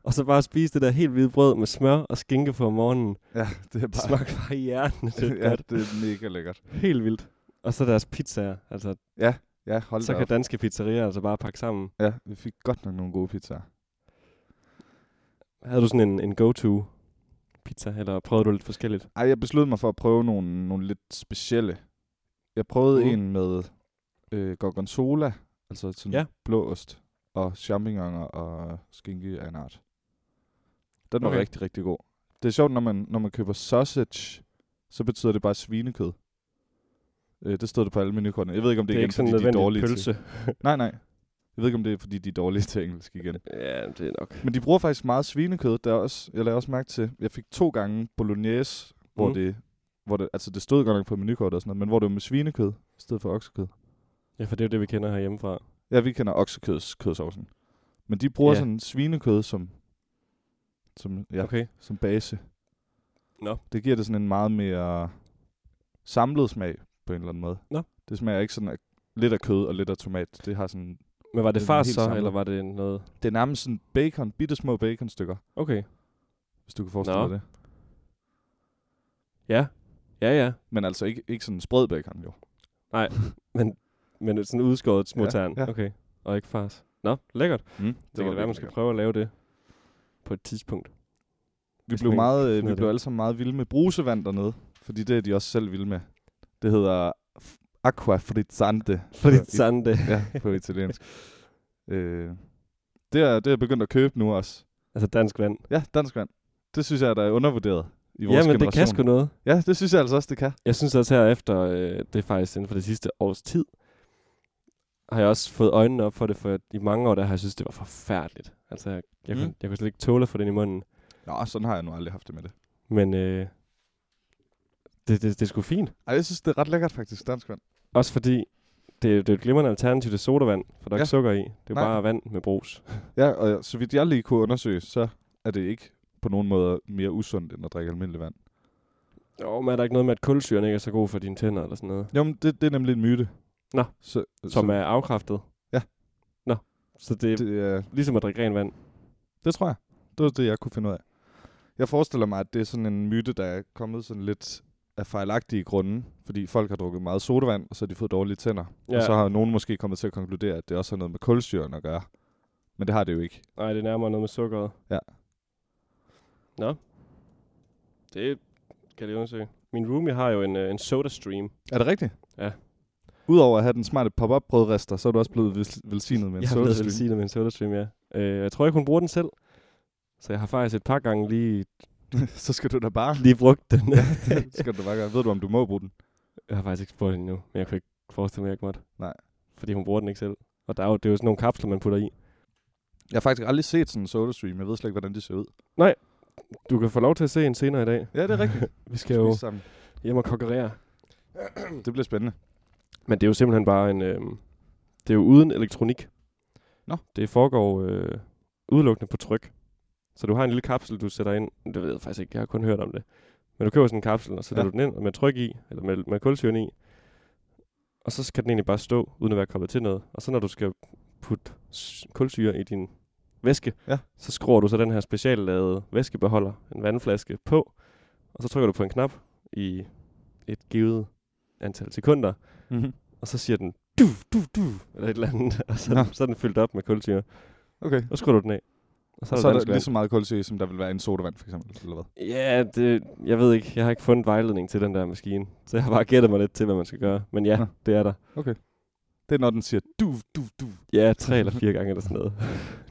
Speaker 2: Og så bare spise det der helt hvide brød med smør og skinke på om morgenen.
Speaker 1: Ja, det er
Speaker 2: Det
Speaker 1: bare...
Speaker 2: smagte bare i hjernen. Det er
Speaker 1: ja,
Speaker 2: godt.
Speaker 1: det er mega lækkert.
Speaker 2: Helt vildt. Og så deres pizzaer. Altså,
Speaker 1: Ja, hold
Speaker 2: så
Speaker 1: da
Speaker 2: kan
Speaker 1: op.
Speaker 2: danske pizzerier altså bare pakke sammen.
Speaker 1: Ja, vi fik godt nok nogle gode pizzaer.
Speaker 2: Havde du sådan en, en go-to pizza, eller prøvede du lidt forskelligt?
Speaker 1: Ej, jeg besluttede mig for at prøve nogle, nogle lidt specielle. Jeg prøvede
Speaker 2: Mm.
Speaker 1: mm. en med øh, gorgonzola, altså sådan
Speaker 2: Ja.
Speaker 1: ja. blåost, og champignoner og skinke af en art. Den var
Speaker 2: Okay.
Speaker 1: okay. rigtig, rigtig god. Det er sjovt, når man, når man køber sausage, så betyder det bare svinekød. Øh, det stod det på alle menukortene. Jeg ved ikke, om det,
Speaker 2: det er
Speaker 1: igen,
Speaker 2: ikke sådan
Speaker 1: fordi de er dårlige
Speaker 2: nødvendigt
Speaker 1: Til.
Speaker 2: pølse.
Speaker 1: Nej, nej. Jeg ved ikke, om det er, fordi de er dårlige til engelsk igen.
Speaker 2: ja, det er nok.
Speaker 1: Men de bruger faktisk meget svinekød. Der er også, jeg lavede også mærke til, jeg fik to gange bolognese, hvor,
Speaker 2: Mm.
Speaker 1: mm. det, hvor det, altså det stod godt nok på menukortet og sådan noget, men hvor det var med svinekød i stedet for oksekød.
Speaker 2: Ja, for det er jo det, vi kender herhjemmefra.
Speaker 1: Ja, vi kender oksekødsovsen. Men de bruger
Speaker 2: Ja.
Speaker 1: yeah. sådan svinekød som, som, ja, okay.
Speaker 2: Okay.
Speaker 1: som base.
Speaker 2: Nå.
Speaker 1: Det giver det sådan en meget mere samlet smag på en eller anden måde.
Speaker 2: Nå.
Speaker 1: Det smager ikke sådan af, lidt af kød og lidt af tomat. Det har sådan,
Speaker 2: Men var det,
Speaker 1: Det er
Speaker 2: fars
Speaker 1: helt
Speaker 2: så,
Speaker 1: samlet.
Speaker 2: eller var det noget...
Speaker 1: det er nærmest sådan bacon, bitte små baconstykker,
Speaker 2: Okay.
Speaker 1: hvis du kan forestille
Speaker 2: Nå.
Speaker 1: dig det.
Speaker 2: Ja. Ja, ja.
Speaker 1: Men altså ikke, ikke sådan spred bacon,
Speaker 2: Mm.
Speaker 1: jo.
Speaker 2: Men et sådan udskåret små
Speaker 1: Ja,
Speaker 2: ja, tern.
Speaker 1: ja.
Speaker 2: Ja. Okay. Og ikke fars. Nå, lækkert. Det,
Speaker 1: Mm, det,
Speaker 2: det kan det være, man skal prøve at lave det på et tidspunkt.
Speaker 1: Vi
Speaker 2: hvis
Speaker 1: blev,
Speaker 2: man
Speaker 1: meget, øh,
Speaker 2: finder
Speaker 1: vi
Speaker 2: det.
Speaker 1: blev alle sammen meget vilde med brusevand dernede, fordi det er de også selv vilde med. Det hedder f- aqua frizzante
Speaker 2: Fordi
Speaker 1: Ja, i-
Speaker 2: sådan det.
Speaker 1: ja, på italiensk. øh, det, er, det er jeg begyndt at købe nu også.
Speaker 2: Altså dansk vand.
Speaker 1: Ja, dansk vand. Det synes jeg, der er undervurderet i vores
Speaker 2: Jamen, det
Speaker 1: generation.
Speaker 2: kan sgu noget.
Speaker 1: Ja, det synes jeg altså også, det kan.
Speaker 2: Jeg synes også her efter, øh, det er faktisk inden for det sidste års tid, har jeg også fået øjnene op for det, for i mange år der har jeg synes, det var forfærdeligt. Altså, jeg, jeg,
Speaker 1: Mm.
Speaker 2: kunne, jeg kunne slet ikke tåle at få den i munden.
Speaker 1: Nå, sådan har jeg nu aldrig haft det med det.
Speaker 2: Men øh, det, det, det er sgu fint.
Speaker 1: Ej, jeg synes, det er ret lækkert faktisk, dansk vand.
Speaker 2: Også fordi, det, er- det er et glimrende alternativ til sodavand, for der er
Speaker 1: Ja.
Speaker 2: ikke sukker i. Det er jo
Speaker 1: Nej.
Speaker 2: bare vand med brus.
Speaker 1: Ja, og jeg- så vidt jeg lige kunne undersøge, så er det ikke på nogen måde mere usundt, end at drikke almindelig vand.
Speaker 2: Jo, men er der ikke noget med, at kulsyren ikke er så god for dine tænder eller sådan noget?
Speaker 1: Jo, men det, det er nemlig en myte.
Speaker 2: Nå,
Speaker 1: så,
Speaker 2: Som er afkræftet?
Speaker 1: Ja.
Speaker 2: Nå, så det er
Speaker 1: Det, øh,
Speaker 2: ligesom at drikke ren vand.
Speaker 1: det tror jeg. Det var det, jeg kunne finde ud af. Jeg forestiller mig, at det er sådan en myte, der er kommet sådan lidt af fejlagtige grunde, fordi folk har drukket meget sodavand, og så har de fået dårlige tænder. Ja. Og så har nogen måske kommet til at konkludere, at det også har noget med kulsyren at gøre. Men det har det jo ikke.
Speaker 2: Nej, det er nærmere noget med sukkeret.
Speaker 1: Ja.
Speaker 2: Nå. Det kan jeg lige undersøge. Min roomie har jo en, øh, en soda stream.
Speaker 1: Er det rigtigt?
Speaker 2: Ja.
Speaker 1: Udover at have den smarte pop-up brødrester, så er du også blevet vel- velsignet med en
Speaker 2: jeg har
Speaker 1: sodastream.
Speaker 2: blevet sige det med en soda stream, ja. Øh, jeg tror ikke, hun bruger den selv. Så jeg har faktisk et par gange lige,
Speaker 1: så skal du da bare...
Speaker 2: lige brugt den.
Speaker 1: Det skal du da bare gøre. Ved du, om du må bruge den?
Speaker 2: jeg har faktisk ikke spurgt hende endnu, men jeg kunne ikke forestille mig, at jeg ikke måtte.
Speaker 1: Nej.
Speaker 2: Fordi hun bruger den ikke selv. Og der er jo, det er jo sådan nogle kapsler, man putter i.
Speaker 1: Jeg har faktisk aldrig set sådan en sodastream. Jeg ved slet ikke, hvordan de ser ud.
Speaker 2: Du kan få lov til at se en senere i dag.
Speaker 1: Ja, det er rigtigt.
Speaker 2: Vi skal jo
Speaker 1: Spise sammen.
Speaker 2: hjem og konkurrere.
Speaker 1: Det bliver spændende.
Speaker 2: Men det er jo simpelthen bare en... Øh, det er jo uden elektronik.
Speaker 1: Nå.
Speaker 2: Det foregår øh, udelukkende på tryk. Så du har en lille kapsel, du sætter ind. Det ved jeg faktisk ikke, jeg har kun hørt om det. Men du køber sådan en kapsel, og sætter
Speaker 1: Ja.
Speaker 2: ja. du den ind med tryk i, eller med, med kulsyren i. Og så skal den egentlig bare stå, uden at være koblet til noget. Og så når du skal putte s- kulsyre i din væske,
Speaker 1: Ja.
Speaker 2: så skruer du så den her speciallavede væskebeholder, en vandflaske, på. Og så trykker du på en knap i et givet antal sekunder,
Speaker 1: Mm-hmm.
Speaker 2: og så siger den du, du, du, eller et eller andet, og så,
Speaker 1: Nå.
Speaker 2: så er den fyldt op med kulsyre.
Speaker 1: Okay.
Speaker 2: Og så skruer du den af. Og så,
Speaker 1: Så, så er der ligesom- lige
Speaker 2: dansk
Speaker 1: så meget kulsyre, i, som der vil være i en sodavand, for eksempel. Eller hvad?
Speaker 2: vand. Ja, det, jeg ved ikke, jeg har ikke fundet vejledning til den der maskine, så jeg har bare gættet mig lidt til, hvad man skal gøre. Men ja,
Speaker 1: Nå.
Speaker 2: det er der.
Speaker 1: Det er, når den siger, du, du, du.
Speaker 2: Ja, tre eller fire gange eller sådan noget.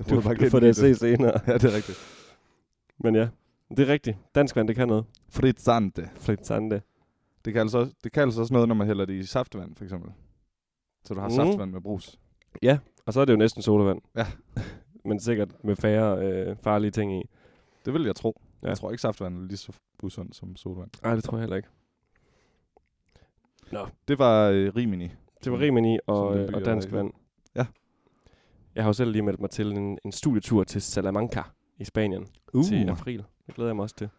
Speaker 1: prøver
Speaker 2: Du,
Speaker 1: bare at
Speaker 2: du får det at
Speaker 1: gengive
Speaker 2: se senere.
Speaker 1: Ja, det er rigtigt.
Speaker 2: Men ja, det er rigtigt. Dansk vand, det kan noget.
Speaker 1: Frizzante.
Speaker 2: Flit sande.
Speaker 1: Det kan, altså også, det kan altså også noget, når man hælder det i saftvand, for eksempel. Så du har
Speaker 2: Mm.
Speaker 1: mm. saftvand med brus.
Speaker 2: Og så er det jo næsten sodavand.
Speaker 1: Ja.
Speaker 2: Men sikkert med færre øh, farlige ting i.
Speaker 1: Det vil jeg tro. Ja.
Speaker 2: Ja.
Speaker 1: Jeg tror ikke, saftvand er lige så usund som sodavand.
Speaker 2: Nej, det tror jeg heller ikke.
Speaker 1: Det var øh, Rimini.
Speaker 2: Det var Rimini og,
Speaker 1: den
Speaker 2: øh,
Speaker 1: by,
Speaker 2: og
Speaker 1: jeg
Speaker 2: Dansk
Speaker 1: var i.
Speaker 2: Vand.
Speaker 1: Ja.
Speaker 2: Jeg har jo selv lige meldt mig til en, en studietur til Salamanca i Spanien
Speaker 1: Uh.
Speaker 2: til april. Det glæder jeg mig også til.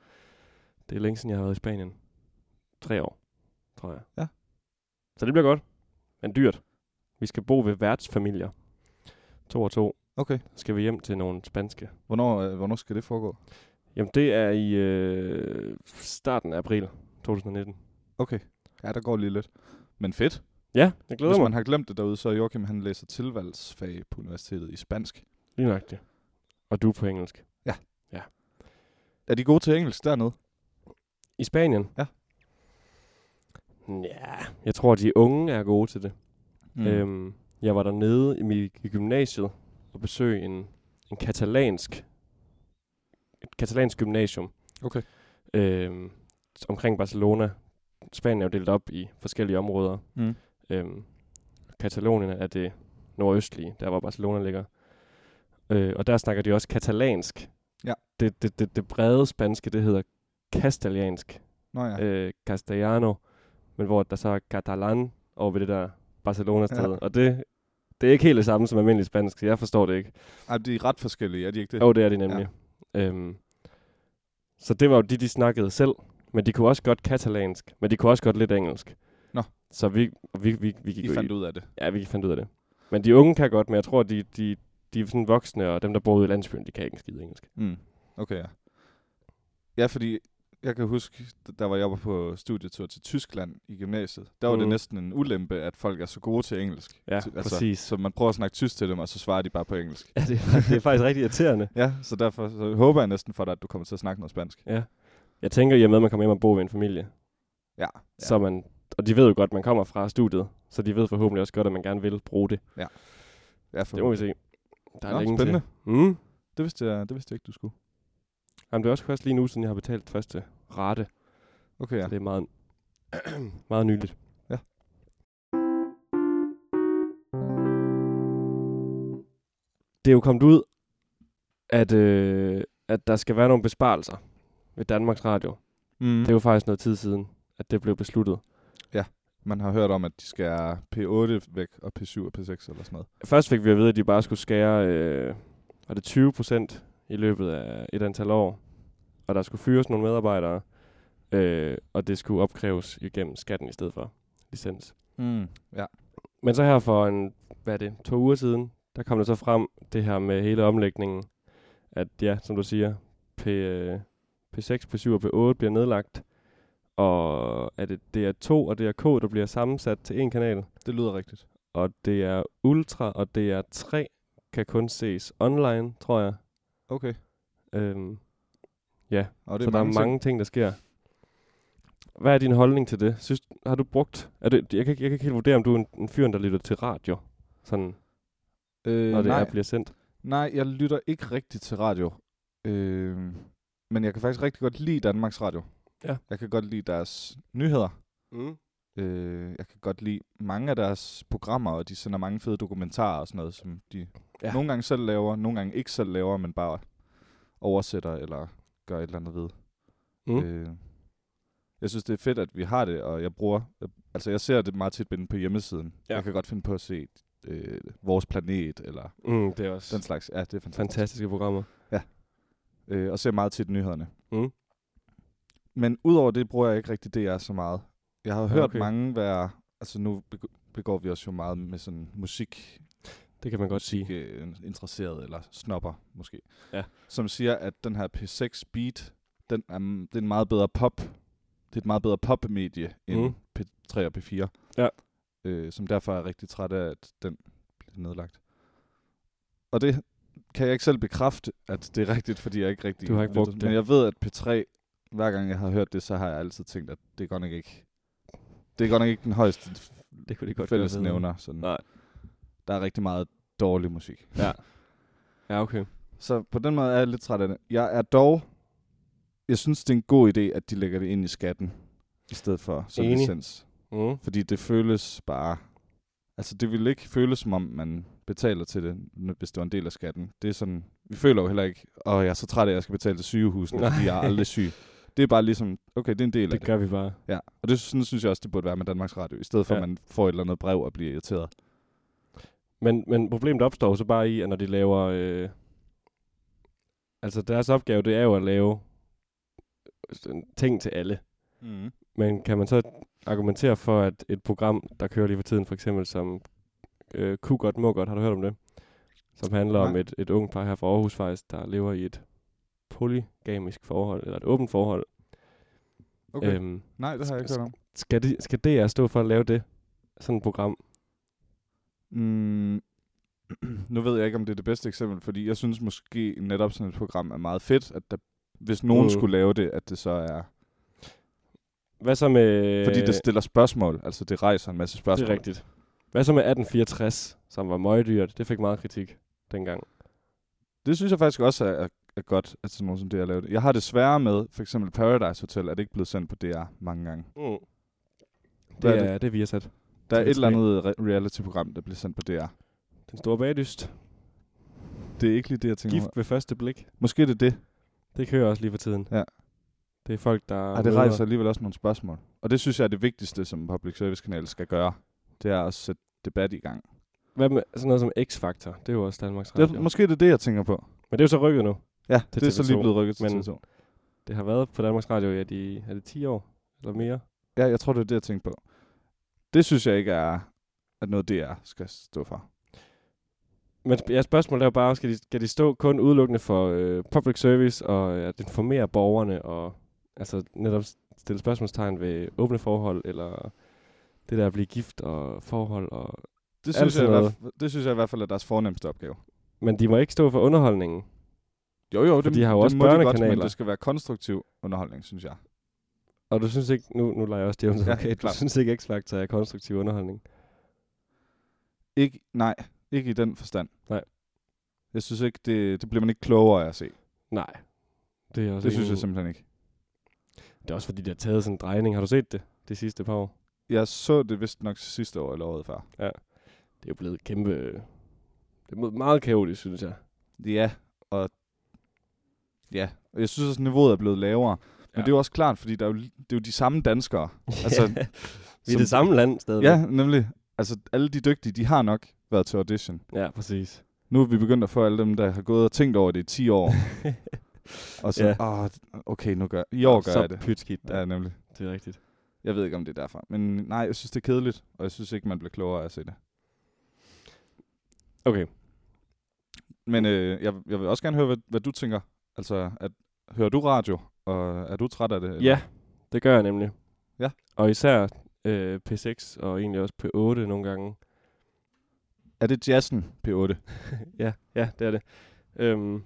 Speaker 2: Det er længe siden, jeg har været i Spanien. Tre år, tror jeg.
Speaker 1: Ja.
Speaker 2: Så det bliver godt, men dyrt. Vi skal bo ved værtsfamilier. To og to.
Speaker 1: Okay.
Speaker 2: Så skal vi hjem til nogle spanske.
Speaker 1: Hvornår, øh, hvornår skal det foregå?
Speaker 2: Jamen, det er i øh, starten af april 2019.
Speaker 1: Okay. Ja, der går lige lidt. Men fedt.
Speaker 2: Ja, jeg glæder
Speaker 1: Hvis
Speaker 2: mig.
Speaker 1: man har glemt det derude, så er Joachim, han læser tilvalgsfag på universitetet i spansk.
Speaker 2: Lige nøjagtigt. Og du er på engelsk.
Speaker 1: Er de gode til engelsk dernede?
Speaker 2: I Spanien?
Speaker 1: Ja.
Speaker 2: Ja, jeg tror, de unge er gode til det. Mm. Øhm, jeg var dernede i, mi- i gymnasiet og besøgte en, en katalansk, et katalansk gymnasium.
Speaker 1: Okay.
Speaker 2: Øhm, s- omkring Barcelona. Spanien er jo delt op i forskellige områder.
Speaker 1: Mm.
Speaker 2: Øhm, Katalonien er det nordøstlige, der hvor Barcelona ligger. Øh, og der snakker de også katalansk.
Speaker 1: Ja.
Speaker 2: Det, det, det, det brede spanske, det hedder kastaliansk
Speaker 1: Nå ja.
Speaker 2: øh, Castellano, men hvor der så er Catalan over ved det der Barcelona-sted. Ja. Og det, det er ikke helt det samme som almindelig spansk, så jeg forstår det ikke.
Speaker 1: Ej, de er ret forskellige, er de ikke det?
Speaker 2: Jo, oh, det er det nemlig. Ja. Øhm, så det var jo de, de snakkede selv, men de kunne også godt katalansk, men de kunne også godt lidt engelsk.
Speaker 1: Nå.
Speaker 2: Så vi, vi, vi, vi gik
Speaker 1: I
Speaker 2: jo
Speaker 1: fandt
Speaker 2: i,
Speaker 1: ud af det.
Speaker 2: Ja, vi fandt ud af det. Men de unge kan godt, men jeg tror, de, de, de er sådan voksne, og dem, der bor ude i landsbyen, de kan ikke en skide engelsk.
Speaker 1: Mm. Okay, Mm. ja. Ja, fordi jeg kan huske, d- der var jeg var på studietur til Tyskland i gymnasiet. Der var mm. det
Speaker 2: Mhm.
Speaker 1: næsten en ulempe, at folk er så gode til engelsk.
Speaker 2: Ja,
Speaker 1: Til-
Speaker 2: præcis.
Speaker 1: Så man prøver at snakke tysk til dem, og så svarer de bare på engelsk.
Speaker 2: Ja, det, det er faktisk rigtig irriterende.
Speaker 1: Ja, så derfor så håber jeg næsten for dig, at du kommer til at snakke noget spansk.
Speaker 2: Jeg tænker, i og med, at man kommer hjem og bor ved en familie,
Speaker 1: Ja.
Speaker 2: ja. så er man, og de ved jo godt, at man kommer fra studiet, så de ved forhåbentlig også godt, at man gerne vil bruge det.
Speaker 1: ja
Speaker 2: Det må vi se. Der er
Speaker 1: Nå,
Speaker 2: længe
Speaker 1: spændende.
Speaker 2: Til. Mm.
Speaker 1: Det vidste, jeg, det vidste jeg ikke, du skulle.
Speaker 2: Jamen, det er også først lige nu, siden jeg har betalt første rate.
Speaker 1: Okay,
Speaker 2: Ja.
Speaker 1: ja.
Speaker 2: Det er meget, meget nyligt.
Speaker 1: Ja.
Speaker 2: Det er jo kommet ud, at, øh, at der skal være nogle besparelser ved Danmarks Radio. Mm.
Speaker 1: Mm.
Speaker 2: Det er jo faktisk noget tid siden, at det blev besluttet.
Speaker 1: Man har hørt om, at de skal P8 væk, og P7 og P6 eller sådan noget.
Speaker 2: Først fik vi at vide, at de bare skulle skære øh, var det 20 procent i løbet af et antal år. Og der skulle fyres nogle medarbejdere, øh, og det skulle opkræves igennem skatten i stedet for licens.
Speaker 1: Mm. Ja.
Speaker 2: Men så her for en, hvad er det, to uger siden, der kom det så frem, det her med hele omlægningen, at ja, som du siger, P, øh, P6, P7 og P8 bliver nedlagt, og at det er DR2 og DRK, der bliver sammensat til en kanal
Speaker 1: Det lyder rigtigt.
Speaker 2: og det er Ultra, og det er 3 kan kun ses online, tror jeg.
Speaker 1: Okay.
Speaker 2: Øhm,
Speaker 1: Og det
Speaker 2: så
Speaker 1: er
Speaker 2: der er
Speaker 1: mange ting.
Speaker 2: mange ting. ting, der sker. Hvad er din holdning til det? Synes, har du brugt... Er det, jeg, kan, ikke- jeg kan ikke helt vurdere, om du er en, en fyr, der lytter til radio, sådan,
Speaker 1: Øh,
Speaker 2: når det
Speaker 1: nej.
Speaker 2: er, bliver sendt.
Speaker 1: Nej, jeg lytter ikke rigtigt til radio. Øh, men jeg kan faktisk rigtig godt lide Danmarks Radio.
Speaker 2: Ja.
Speaker 1: Jeg kan godt lide deres nyheder.
Speaker 2: Mm.
Speaker 1: Øh, jeg kan godt lide mange af deres programmer, og de sender mange fede dokumentarer og sådan noget, som de
Speaker 2: Ja.
Speaker 1: ja. nogle gange selv laver, nogle gange ikke selv laver, men bare oversætter eller gør et eller andet ved.
Speaker 2: Mm. Øh.
Speaker 1: Øh, jeg synes, det er fedt, at vi har det, og jeg bruger... Jeg, altså, jeg ser det meget tit inde på hjemmesiden. Ja.
Speaker 2: Ja.
Speaker 1: Jeg kan godt finde på at se øh, Vores Planet, eller
Speaker 2: Mm, det er også
Speaker 1: den slags. Ja, det er fantastisk.
Speaker 2: fantastiske programmer.
Speaker 1: øh, og ser meget tit nyhederne.
Speaker 2: Mm.
Speaker 1: Men udover det bruger jeg ikke rigtig DR så meget. Jeg har
Speaker 2: Ja,
Speaker 1: hørt
Speaker 2: okay.
Speaker 1: okay. mange være, altså nu beg- begår vi os jo meget med sådan musik,
Speaker 2: Det kan man godt sige.
Speaker 1: øh, interesseret eller snopper måske,
Speaker 2: Ja.
Speaker 1: som siger, at den her P6 Beat, den er, m- det er en meget bedre pop, det er et meget bedre popmedie end
Speaker 2: Mm.
Speaker 1: P3 og P4,
Speaker 2: Ja.
Speaker 1: øh, som derfor er rigtig træt af, at den bliver nedlagt. Og det kan jeg ikke selv bekræfte, at det er rigtigt, fordi jeg ikke rigtig...
Speaker 2: Du har ikke
Speaker 1: lytter.
Speaker 2: brugt det.
Speaker 1: Men jeg ved, at P3, hver gang jeg har hørt det, så har jeg altid tænkt, at det er godt nok ikke... Det er godt nok ikke den højeste
Speaker 2: Det kunne de godt gøre bedre.
Speaker 1: fællesnævner. Sådan.
Speaker 2: Nej.
Speaker 1: Der er rigtig meget dårlig musik.
Speaker 2: Ja. ja, okay.
Speaker 1: Så på den måde er jeg lidt træt af det. Jeg er dog... Jeg synes, det er en god idé, at de lægger det ind i skatten, i stedet for som
Speaker 2: Enig.
Speaker 1: licens.
Speaker 2: Mm.
Speaker 1: Fordi det føles bare... Altså, det ville ikke føles, som om man betaler til det, n- hvis det var en del af skatten. Det er sådan... Vi føler jo heller ikke, åh, jeg er så træt af, at jeg skal betale til sygehusene, fordi jeg er
Speaker 2: Nej.
Speaker 1: aldrig syg. Det er bare ligesom, okay, det er en del af
Speaker 2: Det
Speaker 1: det.
Speaker 2: gør vi bare.
Speaker 1: Ja. Og det sådan, synes jeg også, det burde være med Danmarks Radio, i stedet for,
Speaker 2: Ja.
Speaker 1: at man får et eller andet brev og bliver irriteret.
Speaker 2: Men, men problemet opstår jo så bare i, at når de laver... Øh, altså deres opgave, det er jo at lave sådan ting til alle.
Speaker 1: Mm.
Speaker 2: Men kan man så argumentere for, at et program, der kører lige for tiden, for eksempel som øh, Ku godt, må godt, har du hørt om det? Som handler om
Speaker 1: Nej.
Speaker 2: et, et ungt par her fra Aarhus faktisk, der lever i et polygamisk forhold, eller et åbent forhold.
Speaker 1: Okay. Øh,
Speaker 2: Øhm,
Speaker 1: Nej, det har jeg ikke hørt om.
Speaker 2: skal, de, skal DR stå for at lave det? Sådan et program?
Speaker 1: Mm, nu ved jeg ikke, om det er det bedste eksempel, fordi jeg synes måske netop sådan et program er meget fedt, at der, hvis nogen
Speaker 2: Mm.
Speaker 1: mm. skulle lave det, at det så er...
Speaker 2: Hvad så med...
Speaker 1: Fordi det stiller spørgsmål, altså det rejser en masse spørgsmål.
Speaker 2: Øh. Det er rigtigt. Hvad så med 1864, som var møgdyrt? Det fik meget kritik dengang.
Speaker 1: Det synes jeg faktisk også er, er, er godt, at sådan nogen som DR laver det. Jeg har det sværere med, for eksempel Paradise Hotel, er det ikke blevet sendt på DR mange gange.
Speaker 2: Mm. Det,
Speaker 1: Hvad
Speaker 2: det
Speaker 1: er
Speaker 2: er, det? det er Viasat.
Speaker 1: Der er et
Speaker 2: TV3.
Speaker 1: eller andet re- reality-program, der bliver sendt på DR.
Speaker 2: Den store bagdyst.
Speaker 1: Det er ikke lige det, jeg tænker
Speaker 2: Gift
Speaker 1: over.
Speaker 2: ved første blik.
Speaker 1: Måske det er det.
Speaker 2: Det kører også lige for tiden.
Speaker 1: Ja.
Speaker 2: Det er folk, der...
Speaker 1: Ej, det rejser alligevel også nogle spørgsmål. Og det synes jeg er det vigtigste, som en public service-kanal skal gøre. Det er at sætte debat i gang.
Speaker 2: Hvad med sådan noget som X-Factor? Det er jo også Danmarks Radio.
Speaker 1: Det er, måske det er det, jeg tænker på.
Speaker 2: Men det er jo så rykket nu.
Speaker 1: Ja,
Speaker 2: Til
Speaker 1: det, det er så lige
Speaker 2: TV2,
Speaker 1: blevet rykket til
Speaker 2: men-
Speaker 1: TV2.
Speaker 2: Det har været på Danmarks Radio i, er de, er det 10 år eller mere?
Speaker 1: Ja, jeg tror, det er det, jeg tænkte på. Det synes jeg ikke er, at noget DR skal stå for.
Speaker 2: Men sp- ja, spørgsmålet er jo bare, skal de, skal de stå kun udelukkende for øh, public service og øh, at informere borgerne og Altså netop stille spørgsmålstegn ved åbne forhold, eller det der at blive gift og forhold. Og...
Speaker 1: Det
Speaker 2: Alt
Speaker 1: synes, jeg, i
Speaker 2: sådan
Speaker 1: hvert fald- det synes jeg i hvert fald er deres fornemmeste opgave.
Speaker 2: Men de må ikke stå for underholdningen.
Speaker 1: Jo, jo, det,
Speaker 2: de har jo
Speaker 1: det
Speaker 2: også
Speaker 1: må de godt, men
Speaker 2: børnekanaler.
Speaker 1: det skal være konstruktiv underholdning, synes jeg.
Speaker 2: Og du synes ikke, nu, nu leger jeg også djævnens
Speaker 1: Ja,
Speaker 2: advokat, ja, du
Speaker 1: klart.
Speaker 2: synes ikke X-Factor er konstruktiv underholdning.
Speaker 1: Ikke, nej, ikke i den forstand.
Speaker 2: Nej.
Speaker 1: Jeg synes ikke, det, det bliver man ikke klogere af at se.
Speaker 2: Nej. Det, er jeg også
Speaker 1: Det synes
Speaker 2: enig
Speaker 1: jeg
Speaker 2: i.
Speaker 1: simpelthen ikke.
Speaker 2: Det er også fordi, det har taget sådan en drejning. Har du set det de sidste par år?
Speaker 1: Jeg så det vist nok sidste år eller året før.
Speaker 2: Det er jo blevet kæmpe... øh, Det er blevet meget kaotisk, synes jeg.
Speaker 1: Ja, og ja, og jeg synes også, niveauet er blevet lavere. Men
Speaker 2: Ja.
Speaker 1: det er jo også klart, fordi der er jo, li- det er jo de samme danskere. Altså,
Speaker 2: Altså, vi er
Speaker 1: som-
Speaker 2: det samme land stadigvæk.
Speaker 1: Ja, nemlig. Altså, alle de dygtige, de har nok været til audition.
Speaker 2: ja præcis.
Speaker 1: Nu er vi begyndt at få alle dem, der har gået og tænkt over det i 10 år. og så,
Speaker 2: Ja.
Speaker 1: åh, okay, nu gør, i år gør
Speaker 2: Så
Speaker 1: jeg det.
Speaker 2: pytskidt, ja.
Speaker 1: Ja, nemlig.
Speaker 2: det er rigtigt.
Speaker 1: Jeg ved ikke, om det er derfor. Men nej, jeg synes, det er kedeligt, og jeg synes ikke, man bliver klogere af at se det.
Speaker 2: Okay,
Speaker 1: Men øh, jeg, jeg vil også gerne høre, hvad, hvad du tænker. Altså, at, hører du radio, og er du træt af det? eller?
Speaker 2: ja, det gør jeg nemlig.
Speaker 1: Ja.
Speaker 2: Og især øh, P6 og egentlig også P8 nogle gange.
Speaker 1: Er det jazzen, P8?
Speaker 2: ja, ja, det er det. Øhm,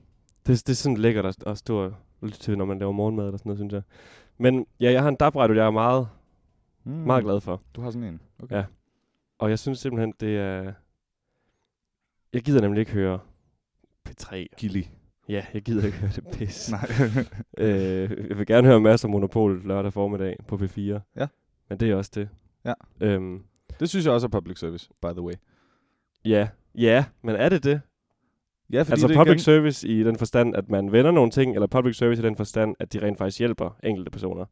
Speaker 2: det, det er sådan lækkert at, at stå og lytte til, når man laver morgenmad eller sådan noget, synes jeg. Men ja, jeg har en DAB-radio, jeg er meget,
Speaker 1: Mm.
Speaker 2: meget glad for.
Speaker 1: Du har sådan en. Okay.
Speaker 2: Ja. Og jeg synes simpelthen, det er... Jeg gider nemlig ikke høre P3.
Speaker 1: Gilly.
Speaker 2: Ja, jeg gider ikke høre det pis.
Speaker 1: Nej.
Speaker 2: øh, jeg vil gerne høre masser af Monopol lørdag formiddag på P4.
Speaker 1: Ja.
Speaker 2: Men det er også det.
Speaker 1: Ja.
Speaker 2: Øhm,
Speaker 1: det synes jeg også er public service, by the way.
Speaker 2: ja. Ja, men er det det?
Speaker 1: Ja, fordi
Speaker 2: altså
Speaker 1: det
Speaker 2: public
Speaker 1: igen-
Speaker 2: service i den forstand, at man vender nogle ting, eller public service i den forstand, at de rent faktisk hjælper enkelte personer.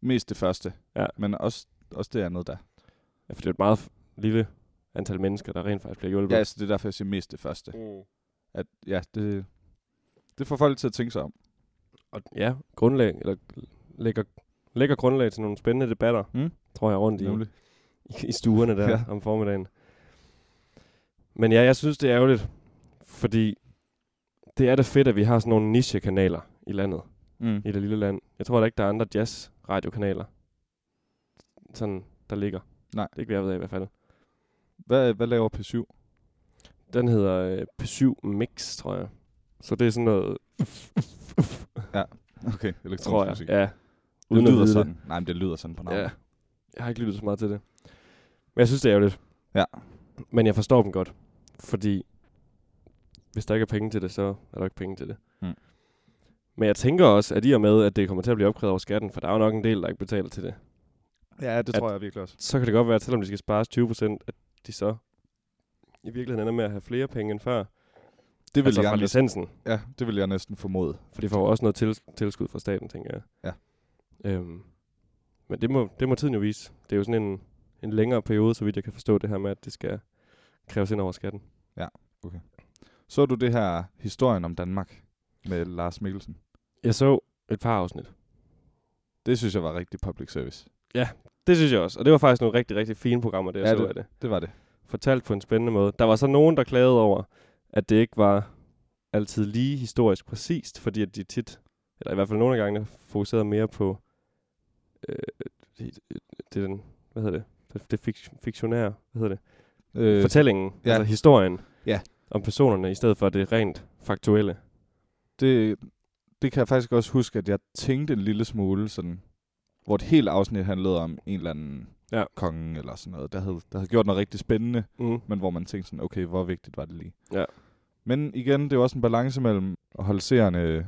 Speaker 1: Mest det første.
Speaker 2: Ja.
Speaker 1: Men også, også det andet der.
Speaker 2: Ja, for det er et meget f- lille antal mennesker, der rent faktisk bliver hjulpet.
Speaker 1: Ja, altså det er derfor, jeg siger mest det første.
Speaker 2: Mm.
Speaker 1: At, ja, det, det får folk til at tænke sig om.
Speaker 2: Og ja, grundlag, eller lægger, lægger grundlag til nogle spændende debatter,
Speaker 1: Mm.
Speaker 2: tror jeg, rundt i,
Speaker 1: Nemlig.
Speaker 2: i stuerne der
Speaker 1: Ja.
Speaker 2: ja. om formiddagen. Men ja, jeg synes, det er ærgerligt, fordi det er da fedt, at vi har sådan nogle nichekanaler i landet,
Speaker 1: Mm.
Speaker 2: i det lille land. Jeg tror da ikke, der er andre jazz-radiokanaler, sådan, der ligger.
Speaker 1: Nej.
Speaker 2: Det er ikke, hvad jeg ved af i hvert fald.
Speaker 1: Hvad, hvad laver P7?
Speaker 2: Den hedder øh, P7 Mix, tror jeg. Så det er sådan noget,
Speaker 1: Okay, elektronisk
Speaker 2: tror jeg.
Speaker 1: musik.
Speaker 2: Ja.
Speaker 1: det
Speaker 2: at
Speaker 1: lyder
Speaker 2: vide
Speaker 1: sådan. Nej, men det lyder sådan på navnet.
Speaker 2: Ja. Jeg har ikke lyttet så meget til det. Men jeg synes, det er ærgerligt.
Speaker 1: Ja.
Speaker 2: Men jeg forstår dem godt. Fordi hvis der ikke er penge til det, så er der ikke penge til det.
Speaker 1: Mm.
Speaker 2: Men jeg tænker også, at i og med, at det kommer til at blive opkrævet over skatten, for der er jo nok en del, der ikke betaler til det,
Speaker 1: ja det
Speaker 2: At-
Speaker 1: tror jeg virkelig også.
Speaker 2: så kan det godt være, at selvom de skal spares 20%, at de så i virkeligheden ender med at have flere penge end før.
Speaker 1: Det vil,
Speaker 2: altså
Speaker 1: jeg,
Speaker 2: fra
Speaker 1: næsten,
Speaker 2: licensen.
Speaker 1: ja, det vil jeg næsten formode.
Speaker 2: For de får jo også noget til, tilskud fra staten, tænker jeg.
Speaker 1: Ja.
Speaker 2: Øhm, men det må, det må tiden jo vise. Det er jo sådan en, en længere periode, så vidt jeg kan forstå det her med, at det skal kræves ind over skatten.
Speaker 1: Så du det her historien om Danmark med Lars Mikkelsen?
Speaker 2: Jeg så et par afsnit.
Speaker 1: Det synes jeg var rigtig public service.
Speaker 2: Det synes jeg også. Og det var faktisk nogle rigtig, rigtig fine programmer, det jeg
Speaker 1: Ja,
Speaker 2: ja, så det. af det.
Speaker 1: Det var det.
Speaker 2: Fortalt på en spændende måde. Der var så nogen, der klagede over, at det ikke var altid lige historisk præcist, fordi at de tit, eller i hvert fald nogle af gangene, fokuserede mere på øh, det, det, den, hvad hedder det? Det, det fik, fiktionære, hvad hedder det?
Speaker 1: Øh,
Speaker 2: fortællingen,
Speaker 1: ja.
Speaker 2: ja. altså historien
Speaker 1: Ja.
Speaker 2: om personerne, i stedet for det rent faktuelle.
Speaker 1: det, det kan jeg faktisk også huske, at jeg tænkte en lille smule sådan, hvor et helt afsnit handlede om en eller anden
Speaker 2: Ja.
Speaker 1: konge eller sådan noget, der havde, der havde gjort noget rigtig spændende,
Speaker 2: Mm.
Speaker 1: men hvor man tænkte sådan, okay, hvor vigtigt var det lige?
Speaker 2: Ja.
Speaker 1: Men igen, det er jo også en balance mellem at holde seerne øh,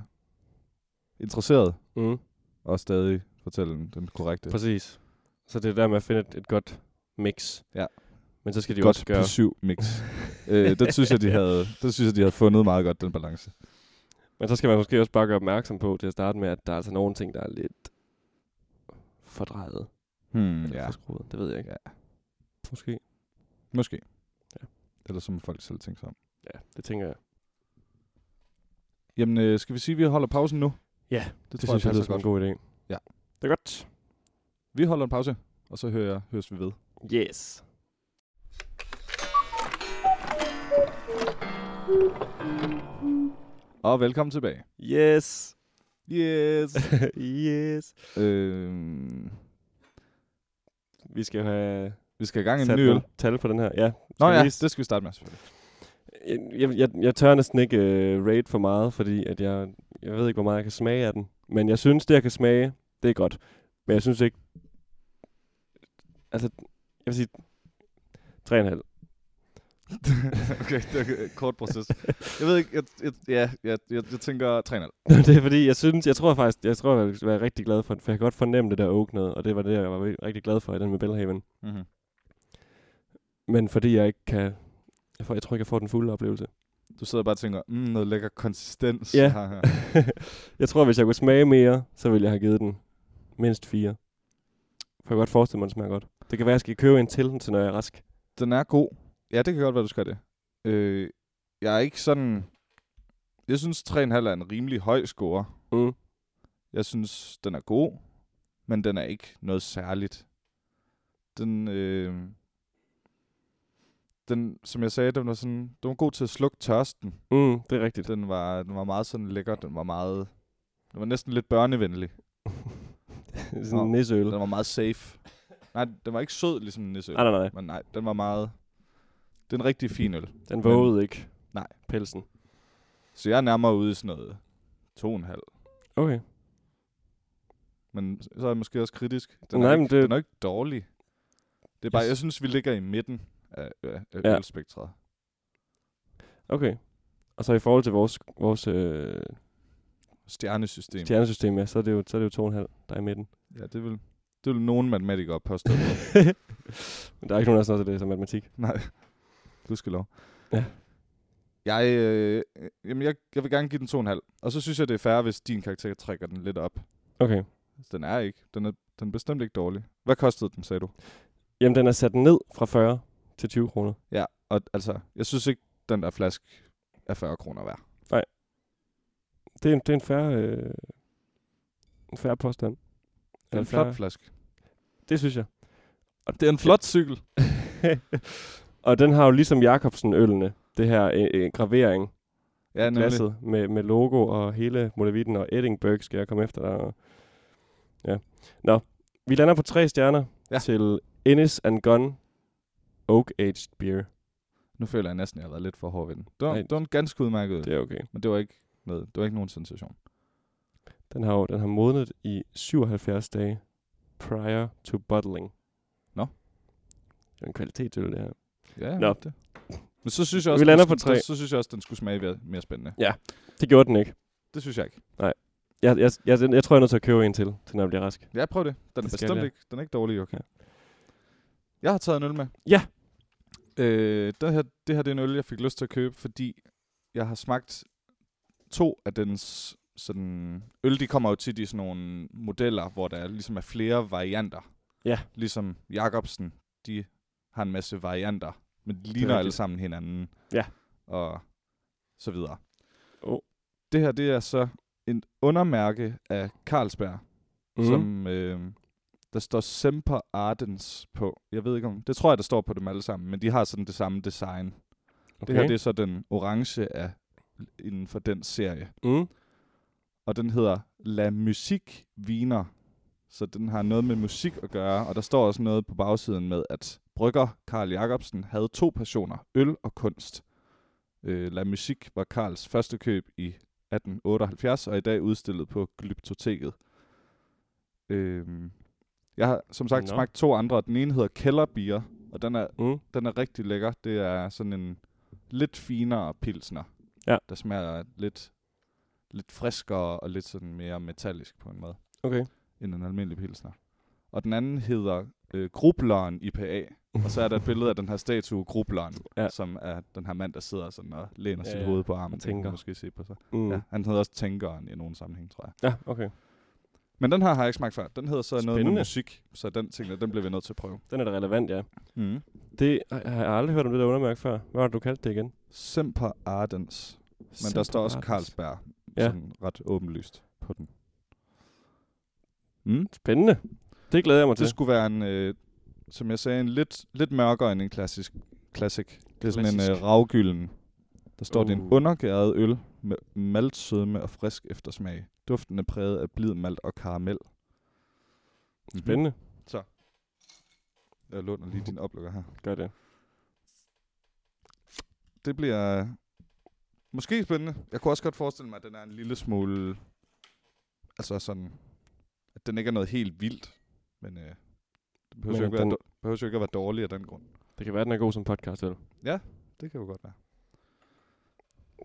Speaker 1: interesseret
Speaker 2: Mm.
Speaker 1: og stadig fortælle den, den korrekte.
Speaker 2: Præcis. Så det er der med at finde et, et godt mix.
Speaker 1: Ja.
Speaker 2: Men så skal de jo også
Speaker 1: Godt
Speaker 2: gøre...
Speaker 1: P7-mix. øh, den synes jeg, de havde, den synes jeg, de havde fundet meget godt, den balance.
Speaker 2: Men så skal man måske også bare gøre opmærksom på til at starte med, at der er altså nogle ting, der er lidt fordrejet.
Speaker 1: Hmm,
Speaker 2: Eller
Speaker 1: ja,
Speaker 2: forskruet. Det ved jeg ikke.
Speaker 1: Ja.
Speaker 2: Måske.
Speaker 1: måske.
Speaker 2: Ja.
Speaker 1: Eller som folk selv tænker sig om.
Speaker 2: Ja, det tænker jeg.
Speaker 1: Jamen, øh, skal vi sige, at vi holder pausen nu?
Speaker 2: Ja,
Speaker 1: det,
Speaker 2: Det, det synes jeg, altså,
Speaker 1: passer
Speaker 2: lyder som en god idé.
Speaker 1: Ja.
Speaker 2: Det er godt.
Speaker 1: Vi holder en pause, og så hører jeg, høres vi ved.
Speaker 2: Yes.
Speaker 1: Og velkommen tilbage.
Speaker 2: Yes.
Speaker 1: Yes.
Speaker 2: yes.
Speaker 1: øhm,
Speaker 2: Vi skal jo have
Speaker 1: vi skal i gang i en
Speaker 2: sat
Speaker 1: ny øl.
Speaker 2: nogle tal på den her. Ja.
Speaker 1: Nå
Speaker 2: Skal vi
Speaker 1: ja,
Speaker 2: lige s-
Speaker 1: det skal vi starte med selvfølgelig.
Speaker 2: Jeg, jeg, jeg tør næsten ikke øh, rate for meget, fordi at jeg, jeg ved ikke, hvor meget jeg kan smage af den. Men jeg synes, det jeg kan smage, det er godt. Men jeg synes ikke... Altså, jeg vil sige... 3,5.
Speaker 1: okay, det er en kort proces. Jeg ved ikke, jeg, jeg, ja, jeg, jeg, jeg tænker 3,5.
Speaker 2: det er fordi, jeg synes, jeg tror faktisk, jeg tror, jeg vil være rigtig glad for den, for jeg kan godt fornemme det der oak noget, og det var det, jeg var rigtig glad for i den med Bellhaven.
Speaker 1: Mm-hmm.
Speaker 2: Men fordi jeg ikke kan, jeg, får, jeg tror ikke, jeg får den fulde oplevelse.
Speaker 1: Du sidder bare og tænker, mm, noget lækker konsistens.
Speaker 2: Ja.
Speaker 1: Her, her.
Speaker 2: jeg tror, hvis jeg kunne smage mere, så ville jeg have givet den mindst fire. For jeg kan godt forestille mig, at den smager godt. Det kan være, at jeg skal købe en til, til når jeg er rask.
Speaker 1: Den er god. Ja, det kan godt være, du skal det. Øh, jeg er ikke sådan... Jeg synes, 3,5 er en rimelig høj score.
Speaker 2: Mm.
Speaker 1: Jeg synes, den er god, men den er ikke noget særligt. Den, øh, den som jeg sagde, den var, sådan, den var god til at slukke tørsten.
Speaker 2: Mm, det er rigtigt.
Speaker 1: Den var, den var meget sådan lækker, den var meget... Den var næsten lidt børnevenlig.
Speaker 2: Sådan
Speaker 1: Nå.
Speaker 2: en nisseøl.
Speaker 1: Den var meget safe. Nej, den var ikke sød, ligesom en nisse.
Speaker 2: Nej, nej, nej.
Speaker 1: Men nej, den var meget... Det er en rigtig fin øl.
Speaker 2: Den vågede ikke.
Speaker 1: Nej.
Speaker 2: Pelsen.
Speaker 1: Så jeg er nærmere ude i sådan noget 2,5.
Speaker 2: Okay.
Speaker 1: Men så er jeg måske også kritisk. Den,
Speaker 2: Nej,
Speaker 1: er,
Speaker 2: men
Speaker 1: ikke,
Speaker 2: det-
Speaker 1: den er ikke dårlig. Det er bare,
Speaker 2: Jeg
Speaker 1: jeg synes, vi ligger i midten af, af, af
Speaker 2: Ja.
Speaker 1: ja. ølspektret.
Speaker 2: Okay. Og så i forhold til vores, vores øh,
Speaker 1: Stjernesystem. Stjerne.
Speaker 2: stjernesystem, ja, så er det jo, så er det jo 2,5, der er i midten.
Speaker 1: Ja, det vil, det vil nogen matematikere påstå.
Speaker 2: Men der er ikke nogen, der er det som matematik.
Speaker 1: Nej, du skal lov.
Speaker 2: Ja.
Speaker 1: Jeg, øh, jamen jeg, jeg vil gerne give den 2,5. Og så synes jeg, det er fair, hvis din karakter trækker den lidt op.
Speaker 2: Okay.
Speaker 1: Altså, Den er ikke. Den er, den er bestemt ikke dårlig. Hvad kostede den, sagde du?
Speaker 2: Jamen, den er sat ned fra 40 til 20 kroner.
Speaker 1: Ja, og altså, jeg synes ikke, den der flaske er 40 kroner værd.
Speaker 2: Det er en, det er en færre, øh, en færre påstand. Altså-
Speaker 1: Det er
Speaker 2: Eller
Speaker 1: en flot
Speaker 2: færre-
Speaker 1: flaske.
Speaker 2: Det synes jeg.
Speaker 1: Og det er en flot cykel.
Speaker 2: og den har jo ligesom Jacobsen-ølene, det her øh, øh, gravering,
Speaker 1: Ja, nemlig.
Speaker 2: glasset med, med logo og hele Molevitten og Edinburgh skal jeg komme efter dig. Og ja. Nå, vi lander på tre stjerner
Speaker 1: Ja.
Speaker 2: ja. til Ennis and Gun Oak Aged Beer.
Speaker 1: Nu føler jeg næsten, at jeg har været lidt for hård ved den. Det var,
Speaker 2: Nej.
Speaker 1: det var en ganske udmærket øl,
Speaker 2: Det er okay.
Speaker 1: men det var ikke noget, det var ikke nogen sensation.
Speaker 2: Den har, jo- den har modnet i 77 dage prior to bottling.
Speaker 1: Nå.
Speaker 2: Det er en kvalitetsøl, det her.
Speaker 1: Ja,
Speaker 2: Nå.
Speaker 1: men det. Men så synes jeg også,
Speaker 2: Vi lander
Speaker 1: den
Speaker 2: på
Speaker 1: skulle-
Speaker 2: tre.
Speaker 1: så synes jeg også, den skulle smage mere- mere spændende.
Speaker 2: Det gjorde den ikke.
Speaker 1: Det synes jeg ikke.
Speaker 2: Jeg, jeg, jeg, jeg, jeg tror, jeg er nødt til at købe en til, til når jeg bliver rask.
Speaker 1: Ja, prøv det. Den er
Speaker 2: Det skal
Speaker 1: bestemt
Speaker 2: jeg.
Speaker 1: ikke, den er ikke dårlig, okay.
Speaker 2: Ja.
Speaker 1: Jeg har taget en øl med.
Speaker 2: Ja.
Speaker 1: Øh, det, her, det her det er en øl, jeg fik lyst til at købe, fordi jeg har smagt to af dens sådan... Øl, de kommer jo tit i sådan nogle modeller, hvor der ligesom er flere varianter.
Speaker 2: Ja.
Speaker 1: Ligesom Jacobsen, de har en masse varianter, men de ligner
Speaker 2: rigtigt.
Speaker 1: alle sammen hinanden.
Speaker 2: Ja.
Speaker 1: Og så videre.
Speaker 2: Oh.
Speaker 1: Det her, det er så en undermærke af Carlsberg
Speaker 2: Mhm.
Speaker 1: mm. som øh, der står Semper Ardens på. Jeg ved ikke om, det tror jeg, der står på dem alle sammen, men de har sådan det samme design. Okay.
Speaker 2: okay.
Speaker 1: Det her, det er så den orange af inden for den serie.
Speaker 2: Mm.
Speaker 1: Og den hedder La Musik Viner. Så den har noget med musik at gøre, og der står også noget på bagsiden med, at brygger Karl Jacobsen havde to passioner, øl og kunst. Øh, La Musik var Karls første køb i 1878, og er i dag udstillet på Glyptoteket. Øhm, jeg har som sagt
Speaker 2: Nå.
Speaker 1: smagt to andre, og den ene hedder Kellerbier, og den er,
Speaker 2: Mm.
Speaker 1: den er rigtig lækker. Det er sådan en lidt finere pilsner,
Speaker 2: Ja.
Speaker 1: der smager lidt, lidt friskere og lidt sådan mere metallisk på en måde,
Speaker 2: Okay.
Speaker 1: end en almindelig pilsner. Og den anden hedder øh, Grubleren IPA, og så er der et billede af den her statue, Grubleren,
Speaker 2: Ja.
Speaker 1: ja. som er den her mand, der sidder sådan og læner
Speaker 2: Ja,
Speaker 1: sit
Speaker 2: ja,
Speaker 1: hoved på armen. Det kan man
Speaker 2: tænker.
Speaker 1: Måske se på sig.
Speaker 2: Mm.
Speaker 1: Mm.
Speaker 2: Ja.
Speaker 1: Ja, han hedder også Tænkeren i nogen sammenhæng, tror jeg.
Speaker 2: ja, okay.
Speaker 1: Men den her har jeg ikke smagt før. Den hedder så noget med
Speaker 2: Spændende.
Speaker 1: musik, så den ting, den bliver vi nødt til at prøve.
Speaker 2: Den er da relevant, ja.
Speaker 1: Mm.
Speaker 2: Det har jeg har aldrig hørt om det der undermærke før. Hvad var det, du kaldte det igen? Men
Speaker 1: Semper Ardens. Men der står også Carlsberg,
Speaker 2: Ja.
Speaker 1: ja. sådan ret åbenlyst på den. Mm.
Speaker 2: Spændende. Det glæder jeg mig til.
Speaker 1: Det skulle være en, øh, som jeg sagde, en lidt, lidt mørkere end en klassisk classic. Det er sådan en
Speaker 2: Klassisk.
Speaker 1: øh, ravgylden. Der står, det er en
Speaker 2: Uh.
Speaker 1: undergæret øl med maltsødme og frisk eftersmag. Duften er præget af blid malt og karamel. Mhm.
Speaker 2: Spændende.
Speaker 1: Jeg låner lige din oplukker her.
Speaker 2: Gør det.
Speaker 1: Det bliver øh, måske spændende. Jeg kunne også godt forestille mig, at den er en lille smule... Altså sådan... At den ikke er noget helt vildt. Men øh, det behøver,
Speaker 2: Men
Speaker 1: jo ikke, den... være,
Speaker 2: den-
Speaker 1: dår- behøver jo ikke at være dårlig af den grund.
Speaker 2: Det kan være, den er god som podcast, eller?
Speaker 1: Det kan jo godt være.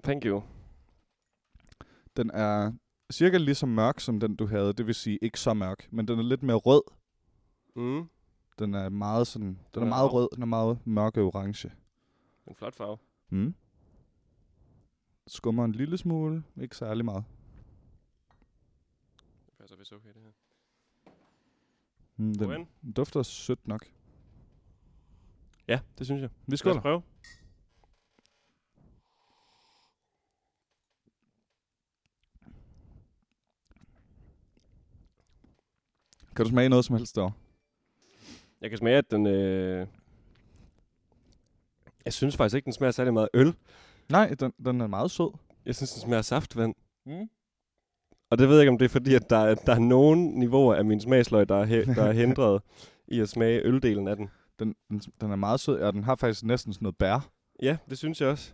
Speaker 2: Thank you.
Speaker 1: Den er cirka lige så mørk som den, du havde. Det vil sige ikke så mørk, men den er lidt mere rød.
Speaker 2: Mm.
Speaker 1: Den er meget sådan... Den er
Speaker 2: Ja.
Speaker 1: meget rød. Den er meget mørk og orange.
Speaker 2: En flot farve.
Speaker 1: Mm. Skummer en lille smule. Ikke særlig meget.
Speaker 2: Det passer vist okay, det her.
Speaker 1: Mm, den,
Speaker 2: Den.
Speaker 1: den dufter sødt nok.
Speaker 2: Ja, det synes jeg.
Speaker 1: Vi
Speaker 2: Lad os
Speaker 1: skåler.
Speaker 2: prøve.
Speaker 1: Kan du smage noget som helst derovre?
Speaker 2: Jeg kan smage, at den... Øh... Jeg synes faktisk ikke, den smager særlig meget af øl.
Speaker 1: Nej, den, den er meget sød.
Speaker 2: Jeg synes, den smager af saftvand.
Speaker 1: Mm.
Speaker 2: Og det ved jeg ikke, om det er fordi, at der, er- der er nogle niveauer af min smagsløg, der er, hæ- der er hindret i at smage øldelen af den.
Speaker 1: Den, den, den er meget sød, og den har faktisk næsten sådan noget bær.
Speaker 2: Ja, det synes jeg også.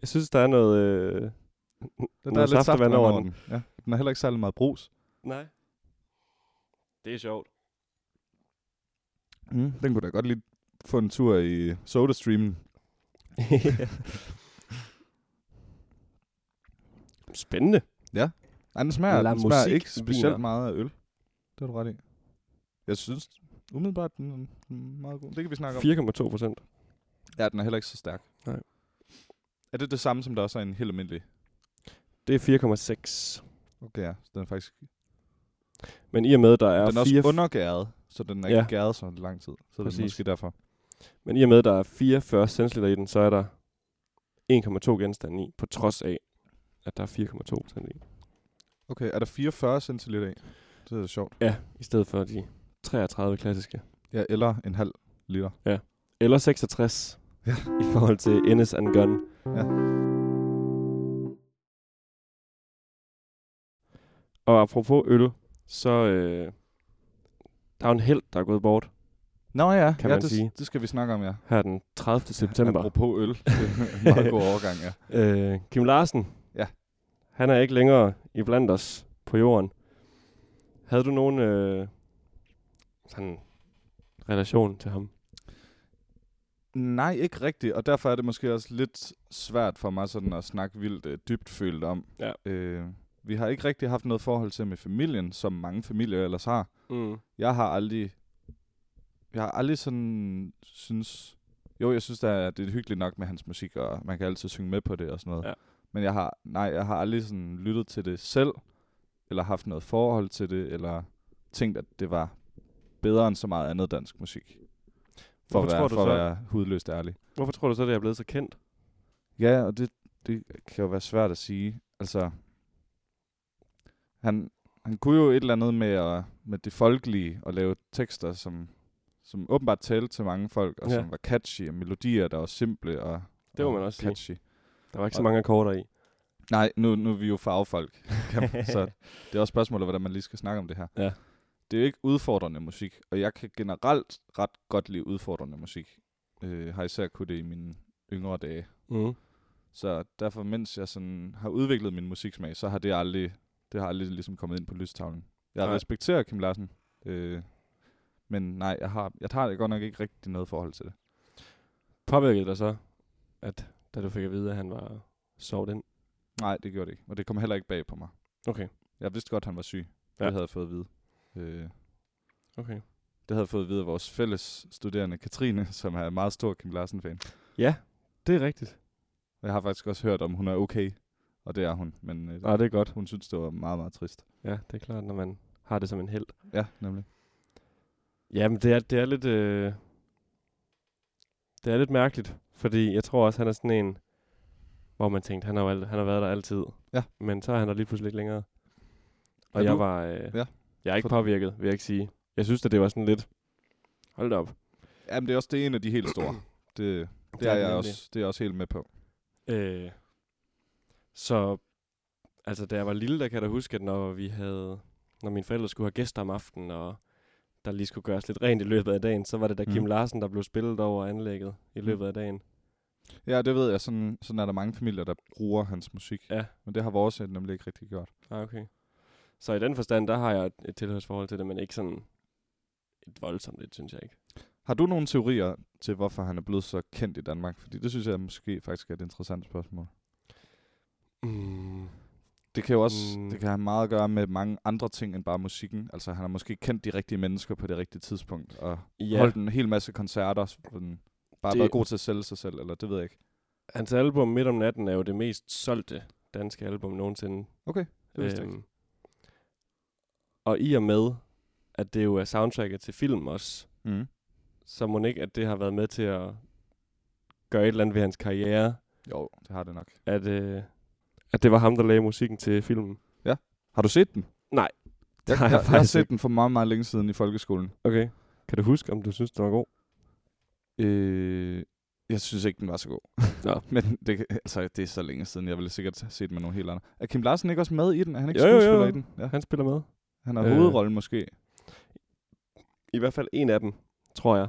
Speaker 2: Jeg synes, der er noget... Øh...
Speaker 1: Den
Speaker 2: Noget saftevand over den.
Speaker 1: Ja, den er heller ikke særlig meget brus.
Speaker 2: Nej. Det er sjovt.
Speaker 1: Mm. Den kunne da godt lige få en tur i SodaStreamen.
Speaker 2: Spændende.
Speaker 1: Nej, den smager,
Speaker 2: La
Speaker 1: den smager
Speaker 2: musique
Speaker 1: ikke
Speaker 2: viner.
Speaker 1: specielt meget af øl. Det har du ret i. Jeg synes umiddelbart, den er- den er meget god. Det kan vi snakke om.
Speaker 2: 4,2 procent.
Speaker 1: Ja, den er heller ikke så stærk.
Speaker 2: Nej.
Speaker 1: Er det det samme, som der også er en helt almindelig?
Speaker 2: Det er 4,6.
Speaker 1: Okay, ja. Så den er faktisk...
Speaker 2: Men i og med, der er,
Speaker 1: den er også
Speaker 2: fire,
Speaker 1: undergæret, så den er ikke
Speaker 2: Ja.
Speaker 1: gæret så lang tid. Så det er
Speaker 2: Præcis.
Speaker 1: måske derfor.
Speaker 2: men i og med, der er 44 centiliter i den, så er der 1,2 genstande i, på trods af, at der er 4,2 procent i.
Speaker 1: Okay, er der 44 centiliter i? Det er sjovt.
Speaker 2: Ja, i stedet for de 33 klassiske.
Speaker 1: Ja, eller en halv liter.
Speaker 2: Eller 66
Speaker 1: Ja.
Speaker 2: i forhold til Ennis and Gun.
Speaker 1: Ja.
Speaker 2: Og apropos øl, så øh, der er jo en held, der er gået bort
Speaker 1: Nå ja,
Speaker 2: Kan
Speaker 1: ja
Speaker 2: man
Speaker 1: det,
Speaker 2: sige.
Speaker 1: det skal vi snakke om, ja.
Speaker 2: her den 30. september.
Speaker 1: Apropos øl. Det er en meget god overgang, ja.
Speaker 2: Øh, Kim Larsen.
Speaker 1: Ja.
Speaker 2: Han er ikke længere i blandt os på jorden. Havde du nogen øh, sådan relation til ham?
Speaker 1: Nej, ikke rigtigt, og derfor er det måske også lidt svært for mig sådan at snakke vildt øh, dybt følt om.
Speaker 2: Ja.
Speaker 1: Øh, vi har ikke rigtig haft noget forhold til ham i familien, som mange familier ellers har.
Speaker 2: Mm.
Speaker 1: Jeg har aldrig... Jeg har aldrig sådan synes... Jo, jeg synes, da, det er hyggeligt nok med hans musik, og man kan altid synge med på det og sådan noget.
Speaker 2: Ja.
Speaker 1: Men jeg har, nej, jeg har aldrig sådan lyttet til det selv, eller haft noget forhold til det, eller tænkt, at det var bedre end så meget andet dansk musik. For
Speaker 2: Hvorfor
Speaker 1: at være,
Speaker 2: tror du
Speaker 1: for
Speaker 2: så-
Speaker 1: at være hudløst ærlig.
Speaker 2: Hvorfor tror du så, det er blevet så kendt?
Speaker 1: Ja, og det, det kan jo være svært at sige. Altså, han, han kunne jo et eller andet med, at, med det folkelige og lave tekster, som, som åbenbart talte til mange folk, og
Speaker 2: Ja.
Speaker 1: ja. som var catchy, og melodier, der var simple og,
Speaker 2: Det må
Speaker 1: og
Speaker 2: man også sige.
Speaker 1: catchy. Sige.
Speaker 2: Der var ikke så
Speaker 1: Og-
Speaker 2: mange akkorder i.
Speaker 1: Nej, nu, nu er vi jo fagfolk, kan man- så det er også spørgsmålet, hvordan man lige skal snakke om det her.
Speaker 2: Ja.
Speaker 1: Det er jo ikke udfordrende musik, og jeg kan generelt ret godt lide udfordrende musik. Øh, har især kunne det i mine yngre dage.
Speaker 2: Mm.
Speaker 1: Så derfor, mens jeg sådan har udviklet min musiksmag, så har det aldrig, det har aldrig ligesom kommet ind på lystavlen. Jeg
Speaker 2: Nej.
Speaker 1: nej. respekterer Kim Larsen, øh, men nej, jeg har, jeg har godt nok ikke rigtig noget forhold til det.
Speaker 2: Påvirkede dig så, at da du fik at vide, at han var sovet ind?
Speaker 1: Nej, det gjorde det ikke, og det kom heller ikke bag på mig.
Speaker 2: Okay,
Speaker 1: Jeg vidste godt, han var syg. Ja.
Speaker 2: Ja.
Speaker 1: Det havde jeg fået at vide. Øh,
Speaker 2: okay.
Speaker 1: det havde jeg fået at vide af vores fælles studerende, Katrine, som er en meget stor Kim Larsen-fan.
Speaker 2: Ja, det er rigtigt.
Speaker 1: Og Jeg har faktisk også hørt, om hun er okay, og det er hun, men øh,
Speaker 2: Nej, det er godt.
Speaker 1: hun synes, det var meget, meget trist.
Speaker 2: Ja, det er klart, når man har det som en held.
Speaker 1: Ja, nemlig.
Speaker 2: Ja, men det er, det er lidt... Øh, det er lidt mærkeligt, fordi jeg tror også, han er sådan en, hvor man tænkte, han har, jo al- han har været der altid.
Speaker 1: Ja.
Speaker 2: Men så er han der lige pludselig ikke længere. Og
Speaker 1: Er
Speaker 2: jeg
Speaker 1: du-
Speaker 2: var... Øh,
Speaker 1: Ja.
Speaker 2: Jeg er ikke
Speaker 1: For-
Speaker 2: påvirket, vil jeg ikke sige. Jeg synes, at det var sådan lidt... Hold da op.
Speaker 1: Jamen, det er også det er en af de helt store. Det, Det
Speaker 2: er
Speaker 1: er
Speaker 2: det
Speaker 1: jeg
Speaker 2: nemlig.
Speaker 1: også, det er jeg også helt med på.
Speaker 2: Øh, Så altså, da jeg var lille, der kan jeg da huske, at når vi havde, når mine forældre skulle have gæster om aftenen, og der lige skulle gøres lidt rent i løbet af dagen, så var det da Kim
Speaker 1: Mm.
Speaker 2: Larsen, der blev spillet over anlægget i
Speaker 1: Mm.
Speaker 2: løbet af dagen.
Speaker 1: Ja, det ved jeg. Sådan, sådan er der mange familier, der bruger hans musik.
Speaker 2: Ja.
Speaker 1: Men det har vores øh, nemlig ikke rigtig gjort.
Speaker 2: Ah, okay. Så i den forstand, der har jeg et- et tilhørsforhold til det, men ikke sådan et voldsomt lidt, synes jeg ikke.
Speaker 1: Har du nogle teorier til, hvorfor han er blevet så kendt i Danmark? Fordi det synes jeg måske faktisk er et interessant spørgsmål.
Speaker 2: Mm.
Speaker 1: Det kan jo også
Speaker 2: Mm.
Speaker 1: mm. det kan have meget at gøre med mange andre ting end bare musikken. Altså han har måske kendt de rigtige mennesker på det rigtige tidspunkt, og
Speaker 2: Ja,
Speaker 1: ja. holdt en hel masse koncerter, hvor den bare det...
Speaker 2: Det-
Speaker 1: været god til at sælge sig selv, eller det ved jeg ikke.
Speaker 2: hans album Midt om natten er jo det mest solgte danske album nogensinde.
Speaker 1: Okay, det vidste jeg ikke.
Speaker 2: Øhm, og i og med, at det jo er soundtracket til film også,
Speaker 1: Mm.
Speaker 2: så må ikke, at det har været med til at gøre et eller andet ved hans karriere,
Speaker 1: Jo, det har det nok.
Speaker 2: at, øh, at det var ham, der lagde musikken til filmen.
Speaker 1: Har du set den?
Speaker 2: Nej, det
Speaker 1: Jeg,
Speaker 2: har
Speaker 1: jeg,
Speaker 2: jeg
Speaker 1: jeg, jeg har
Speaker 2: faktisk
Speaker 1: set
Speaker 2: ikke.
Speaker 1: den for meget, meget længe siden i folkeskolen.
Speaker 2: Okay. Kan du huske, om du synes, det var god?
Speaker 1: Øh, jeg synes ikke, den var så god.
Speaker 2: Nå.
Speaker 1: Men det, kan- altså, det er så længe siden, jeg ville sikkert have set med nogle helt andre. Er Kim Larsen ikke også med i den? Er han ikke
Speaker 2: Jo, jo, jo.
Speaker 1: skuespiller i den? Ja.
Speaker 2: Han spiller med.
Speaker 1: Han har
Speaker 2: Øh.
Speaker 1: øh. hovedrollen måske.
Speaker 2: I hvert fald en af dem, tror jeg.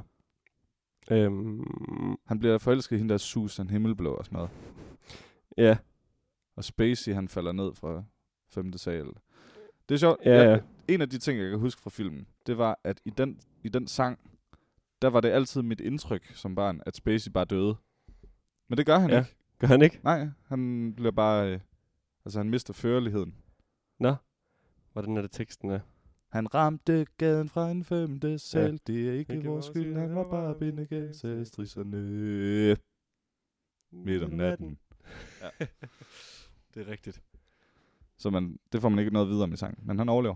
Speaker 2: Øhm,
Speaker 1: Han bliver forelsket i hende der Susan Himmelblå og sådan noget.
Speaker 2: ja,
Speaker 1: Og Spacey, han falder ned fra 5. sal. Det er sjovt.
Speaker 2: ja,
Speaker 1: Jeg-
Speaker 2: ja.
Speaker 1: en af de ting, jeg kan huske fra filmen, det var, at i den, i den sang, der var det altid mit indtryk som barn, at Spacey bare døde. Men det gør han
Speaker 2: Ja.
Speaker 1: ikke.
Speaker 2: Gør han ikke?
Speaker 1: Nej, han bliver bare... Øh, altså, han mister førligheden.
Speaker 2: Hvordan er det teksten er?
Speaker 1: Han ramte gaden fra en femte sal. Ja. Det er ikke,
Speaker 2: Ikke
Speaker 1: ikke vores skyld, han var bare bindegangsastrisserne midt om natten.
Speaker 2: Det er rigtigt.
Speaker 1: Så man, det får man ikke noget videre med sangen, men han overlever.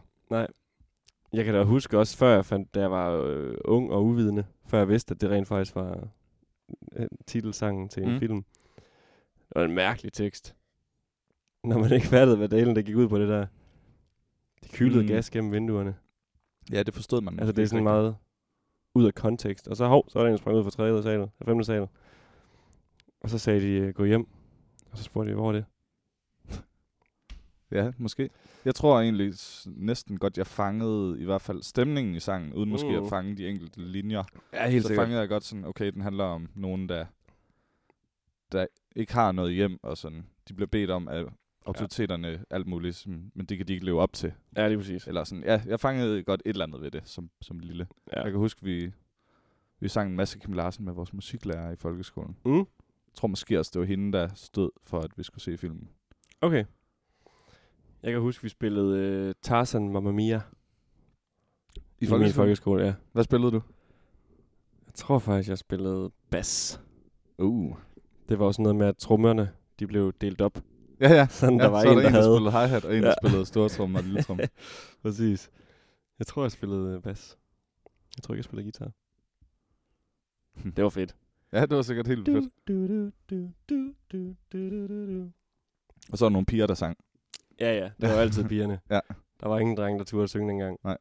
Speaker 2: Jeg kan da huske også, før jeg fandt, da jeg var øh, ung og uvidende, før jeg vidste, at det rent faktisk var øh, titelsangen til en
Speaker 1: Mm.
Speaker 2: mm. film. Det var en mærkelig tekst. Når man ikke fattede, hvad dalen der gik ud på det der. Det kyldede
Speaker 1: Mm.
Speaker 2: mm. gas gennem vinduerne.
Speaker 1: Ja, det forstod man.
Speaker 2: Altså,
Speaker 1: måske
Speaker 2: det er
Speaker 1: ikke
Speaker 2: sådan
Speaker 1: rigtigt.
Speaker 2: meget ud af kontekst. Og så, hov, så er der en, der sprang ud fra 3. sal, fra 5. sal. Og så sagde de, øh, gå hjem. Og så spurgte de, hvor er det?
Speaker 1: Ja, måske. Jeg tror egentlig s- næsten godt, jeg fangede i hvert fald stemningen i sangen, uden måske at
Speaker 2: Mm.
Speaker 1: fange de enkelte linjer.
Speaker 2: Ja,
Speaker 1: så fangede jeg godt sådan, okay, den handler om nogen, der, der ikke har noget hjem, og sådan, de bliver bedt om af autoriteterne alt muligt, som, men det kan de ikke leve op til.
Speaker 2: Ja, lige præcis.
Speaker 1: Eller sådan, ja, jeg fangede godt et eller andet ved det, som, som lille.
Speaker 2: Ja.
Speaker 1: Jeg kan huske, vi, vi sang en masse Kim Larsen med vores musiklærer i folkeskolen.
Speaker 2: Mm.
Speaker 1: Jeg tror måske også, det var hende, der stod for, at vi skulle se filmen.
Speaker 2: Okay. Jeg kan huske, vi spillede øh, Tarzan Mamma Mia i, min folkeskole. Ja.
Speaker 1: Hvad spillede du?
Speaker 2: Jeg tror faktisk, jeg spillede bas.
Speaker 1: Uh.
Speaker 2: Det var også noget med, at trommerne de blev delt op.
Speaker 1: Ja, ja.
Speaker 2: Sådan,
Speaker 1: ja
Speaker 2: der var
Speaker 1: så
Speaker 2: en,
Speaker 1: er der
Speaker 2: der,
Speaker 1: en, der
Speaker 2: havde.
Speaker 1: spillede hi-hat, og en, der
Speaker 2: Ja.
Speaker 1: spillede stortrum og lille trum.
Speaker 2: Præcis. Jeg tror, jeg spillede øh, bas. Jeg tror ikke, jeg spillede guitar.
Speaker 1: Hmm.
Speaker 2: Det var fedt.
Speaker 1: Ja, det var sikkert helt vildt fedt.
Speaker 2: Du, du, du, du, du, du, du, du, du.
Speaker 1: Og så var der nogle piger, der sang.
Speaker 2: Ja, ja. Det var altid pigerne.
Speaker 1: Ja.
Speaker 2: Der var ingen dreng, der turde synge dengang.
Speaker 1: Nej.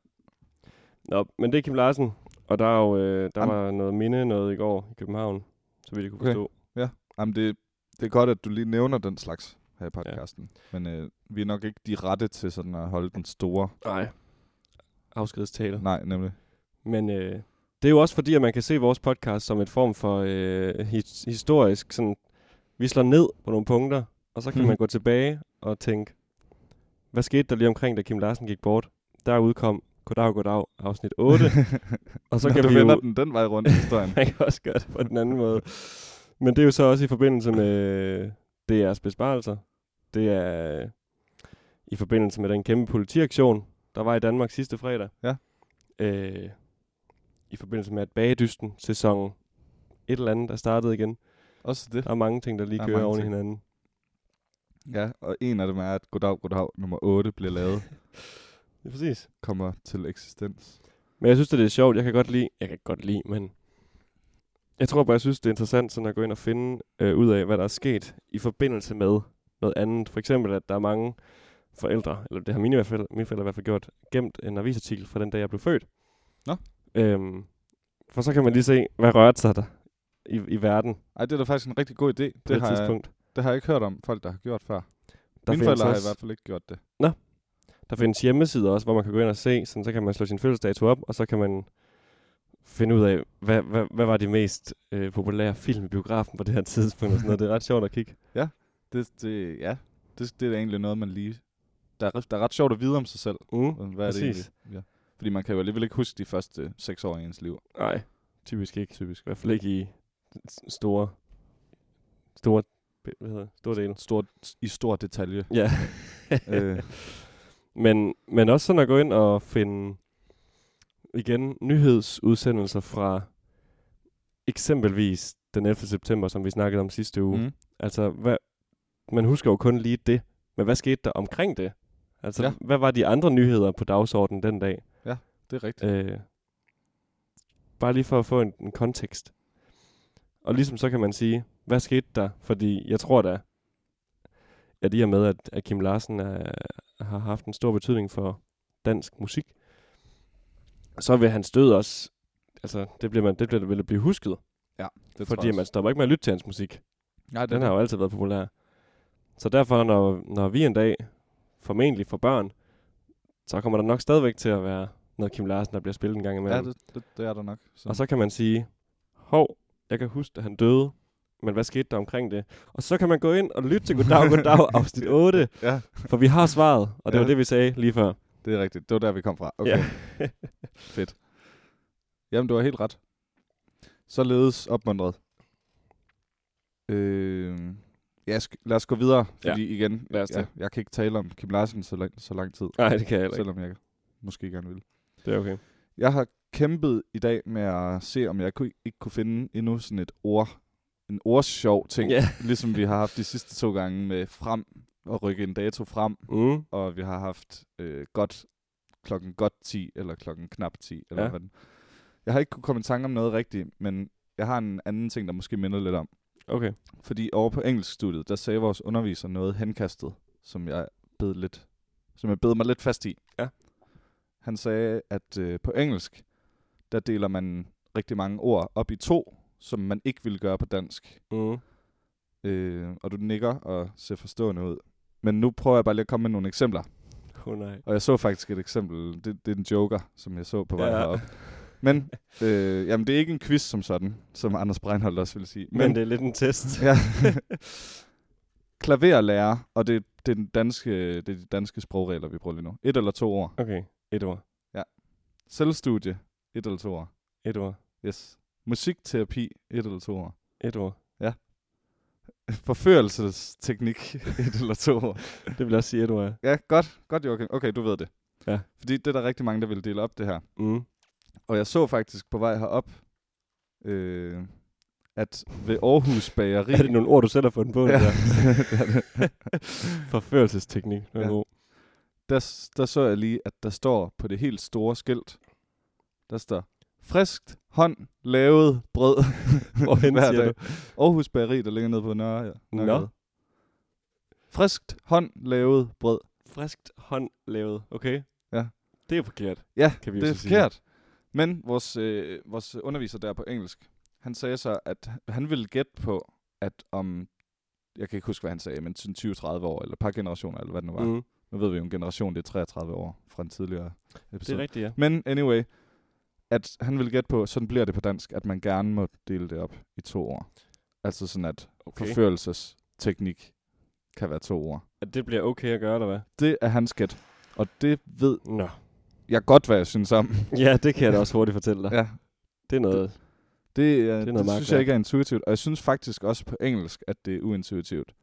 Speaker 2: Nå, men det er Kim Larsen. Og der, er jo, øh, der
Speaker 1: Am-
Speaker 2: var noget minde noget i går i København, så vidt jeg kunne
Speaker 1: Okay.
Speaker 2: forstå.
Speaker 1: Jamen, det, det er godt, at du lige nævner den slags her i podcasten. Ja. Men øh, vi er nok ikke de rette til sådan at holde den store.
Speaker 2: Nej. Afskedstaler.
Speaker 1: Nej, nemlig.
Speaker 2: Men øh, det er jo også fordi, at man kan se vores podcast som et form for øh, his- historisk. Sådan, vi slår ned på nogle punkter, og så kan
Speaker 1: Mhm.
Speaker 2: man gå tilbage og tænke, hvad skete der lige omkring, da Kim Larsen gik bort? Der udkom Goddag, Goddag, afsnit 8. og så
Speaker 1: Når
Speaker 2: kan
Speaker 1: du
Speaker 2: vi
Speaker 1: vender
Speaker 2: jo,
Speaker 1: den den vej rundt i historien.
Speaker 2: man kan også gøre det på den anden måde. Men det er jo så også i forbindelse med DR's besparelser. Det er øh, i forbindelse med den kæmpe politiaktion, der var i Danmark sidste fredag.
Speaker 1: Ja.
Speaker 2: Øh, I forbindelse med, at bagedysten sæsonen et eller andet, der startede igen.
Speaker 1: Også det.
Speaker 2: Der er mange ting, der lige
Speaker 1: Der
Speaker 2: der
Speaker 1: er
Speaker 2: kører
Speaker 1: mange
Speaker 2: oven i
Speaker 1: ting.
Speaker 2: hinanden.
Speaker 1: Ja, og en af dem er, at Goddag, Goddag nummer 8 bliver lavet,
Speaker 2: Ja, præcis.
Speaker 1: kommer til eksistens.
Speaker 2: Men jeg synes, det er sjovt. Jeg kan godt lide, jeg kan ikke godt lide, men jeg tror bare, jeg synes, det er interessant sådan at gå ind og finde øh, ud af, hvad der er sket i forbindelse med noget andet. For eksempel, at der er mange forældre, eller det har mine, i hvert fald, mine forældre i hvert fald gjort, gemt en avisartikel fra den dag, jeg blev født.
Speaker 1: Nå.
Speaker 2: Øhm, for så kan man lige se, hvad rørte sig der i, i verden på
Speaker 1: Ej, det er da faktisk en rigtig god idé.
Speaker 2: det,
Speaker 1: Det
Speaker 2: det
Speaker 1: har, jeg,
Speaker 2: tidspunkt.
Speaker 1: det har jeg ikke hørt om folk, der har gjort før. Der Mine forældre har i
Speaker 2: også-
Speaker 1: hvert fald ikke gjort det.
Speaker 2: Der findes hjemmesider også, hvor man kan gå ind og se, sådan, så kan man slå sin fødselsdato op, og så kan man finde ud af, hvad, hvad, hvad var de mest øh, populære film i biografen på det her tidspunkt. Og sådan noget. Det er ret sjovt at kigge.
Speaker 1: Det, det ja, det, det er da egentlig noget, man lige... Der er, ret- der er ret sjovt at vide om sig selv.
Speaker 2: Mm.
Speaker 1: Hvad er det
Speaker 2: Præcis.
Speaker 1: egentlig? Ja. Fordi man kan jo alligevel ikke huske de første seks år i ens liv,
Speaker 2: Nej, typisk ikke.
Speaker 1: typisk.
Speaker 2: I hvert fald ikke i s- store, store, hvad hedder, det? store dele.
Speaker 1: Stort, I stor detalje.
Speaker 2: Ja.
Speaker 1: øh,
Speaker 2: Men, men også sådan at gå ind og finde igen nyhedsudsendelser fra eksempelvis den 11. september, som vi snakkede om sidste uge. Mm.
Speaker 1: mm.
Speaker 2: Altså, hvad, man husker jo kun lige det, men hvad skete der omkring det? Altså, ja.
Speaker 1: Ja.
Speaker 2: hvad var de andre nyheder på dagsordenen den dag?
Speaker 1: Det er rigtigt.
Speaker 2: Øh, bare lige for at få en, en kontekst. Og ligesom så kan man sige, hvad skete der? Fordi jeg tror da, at i og med, at, at Kim Larsen er, har haft en stor betydning for dansk musik, så vil hans død også, altså det bliver, man, det bliver, vil blive husket,
Speaker 1: Det tror
Speaker 2: fordi
Speaker 1: jeg også.
Speaker 2: man stopper ikke med at lytte til hans musik.
Speaker 1: Nej, det
Speaker 2: Den har jo altid været populær. Så derfor, når, når vi en dag formentlig får børn, så kommer der nok stadigvæk til at være noget Kim Larsen, der bliver spillet en gang imellem.
Speaker 1: Ja, det, det, det er der nok. Så.
Speaker 2: Og så kan man sige, hov, jeg kan huske, at han døde, men hvad skete der omkring det? Og så kan man gå ind og lytte til Goddag, Goddag, afsnit 8,
Speaker 1: Ja,
Speaker 2: for vi har svaret, og det
Speaker 1: Ja.
Speaker 2: var det, vi sagde lige før.
Speaker 1: det er rigtigt. Det var der, vi kom fra. Okay.
Speaker 2: Ja.
Speaker 1: Fedt. Jamen, du har helt ret. Således opmuntret. Øh, ja, sk- lad os gå videre,
Speaker 2: Ja,
Speaker 1: fordi igen,
Speaker 2: lad os det.
Speaker 1: jeg, jeg kan ikke tale om Kim Larsen så lang, så lang tid,
Speaker 2: Nej, det kan jeg heller ikke.
Speaker 1: selvom jeg måske gerne vil.
Speaker 2: Det er okay.
Speaker 1: Jeg har kæmpet i dag med at se, om jeg kunne, ikke kunne finde endnu sådan et ord, en ordsjov ting,
Speaker 2: Ja.
Speaker 1: ligesom vi har haft de sidste to gange med frem, og rykke en dato frem,
Speaker 2: Mm.
Speaker 1: og vi har haft øh, godt klokken godt 10, eller klokken knap 10, eller
Speaker 2: Ja.
Speaker 1: ja. hvad den. Jeg har ikke kunne komme i tanke om noget rigtigt, men jeg har en anden ting, der måske minder lidt om.
Speaker 2: Okay.
Speaker 1: Fordi over på engelskstudiet, der sagde vores underviser noget henkastet, som jeg bed, lidt, som jeg bed mig lidt fast i.
Speaker 2: Ja.
Speaker 1: Han sagde, at øh, på engelsk, der deler man rigtig mange ord op i to, som man ikke ville gøre på dansk.
Speaker 2: Mm.
Speaker 1: Øh, og du nikker og ser forstående ud. Men nu prøver jeg bare lige at komme med nogle eksempler.
Speaker 2: Oh, nej.
Speaker 1: Og jeg så faktisk et eksempel. Det, det er en joker, som jeg så på vej
Speaker 2: Ja.
Speaker 1: ja. herop. Men øh, jamen, det er ikke en quiz som sådan, som Anders Breinholt også ville sige.
Speaker 2: Men, men det er lidt en test.
Speaker 1: ja. Klaverlærer, og det, det, er den danske, det er de danske sprogregler, vi bruger lige nu. Et eller to ord.
Speaker 2: Okay, et ord.
Speaker 1: Selvstudie, et eller to ord.
Speaker 2: Et ord.
Speaker 1: Yes. Musikterapi, et eller to ord.
Speaker 2: Et ord.
Speaker 1: Forførelsesteknik, et eller to ord.
Speaker 2: Det vil jeg også sige et ord. ja.
Speaker 1: Ja, godt. Godt, Joachim. Okay, du ved det.
Speaker 2: Ja.
Speaker 1: Fordi det er der rigtig mange, der vil dele op det her.
Speaker 2: Mm.
Speaker 1: Og jeg så faktisk på vej herop, øh, at ved Aarhus Bageri...
Speaker 2: Er det nogle ord, du selv har fundet på?
Speaker 1: ja,
Speaker 2: Ja.
Speaker 1: det
Speaker 2: Der?
Speaker 1: er det.
Speaker 2: Forførelsesteknik. Det er
Speaker 1: Ja.
Speaker 2: god.
Speaker 1: Der, s- der så jeg lige, at der står på det helt store skilt, der står, friskt hånd lavet brød.
Speaker 2: Hvorhen
Speaker 1: Hver
Speaker 2: siger
Speaker 1: dag. Aarhus Bageri, der ligger nede på Nørre. Ja,
Speaker 2: Nå.
Speaker 1: Nørregade. Friskt hånd lavet brød.
Speaker 2: Friskt håndlavet, okay?
Speaker 1: Ja.
Speaker 2: Det er forkert.
Speaker 1: Ja,
Speaker 2: kan vi jo
Speaker 1: Det er
Speaker 2: så
Speaker 1: forkert. Men vores, øh, vores underviser der på engelsk, han sagde så, at han ville gætte på, at om, jeg kan ikke huske, hvad han sagde, men sådan 20-30 år, eller et par generationer, eller hvad det nu var.
Speaker 2: Sige.
Speaker 1: Mm.
Speaker 2: Mm.
Speaker 1: Nu ved vi jo, en generation, det er 33 år fra en tidligere
Speaker 2: Det er
Speaker 1: episode.
Speaker 2: rigtigt, ja.
Speaker 1: men anyway, at han ville gætte på, sådan bliver det på dansk, at man gerne må dele det op i to ord. Altså sådan, at okay.
Speaker 2: Okay.
Speaker 1: forførelsesteknik kan være to ord.
Speaker 2: At det bliver okay at gøre, eller hvad?
Speaker 1: Det er hans gæt, og det ved
Speaker 2: Nå.
Speaker 1: jeg godt, hvad jeg synes om.
Speaker 2: Ja, det kan jeg da også hurtigt fortælle dig. Ja.
Speaker 1: ja,
Speaker 2: Det er noget...
Speaker 1: Det, øh, det,
Speaker 2: noget
Speaker 1: det synes
Speaker 2: makværk.
Speaker 1: jeg ikke er intuitivt, og jeg synes faktisk også på engelsk, at det er uintuitivt.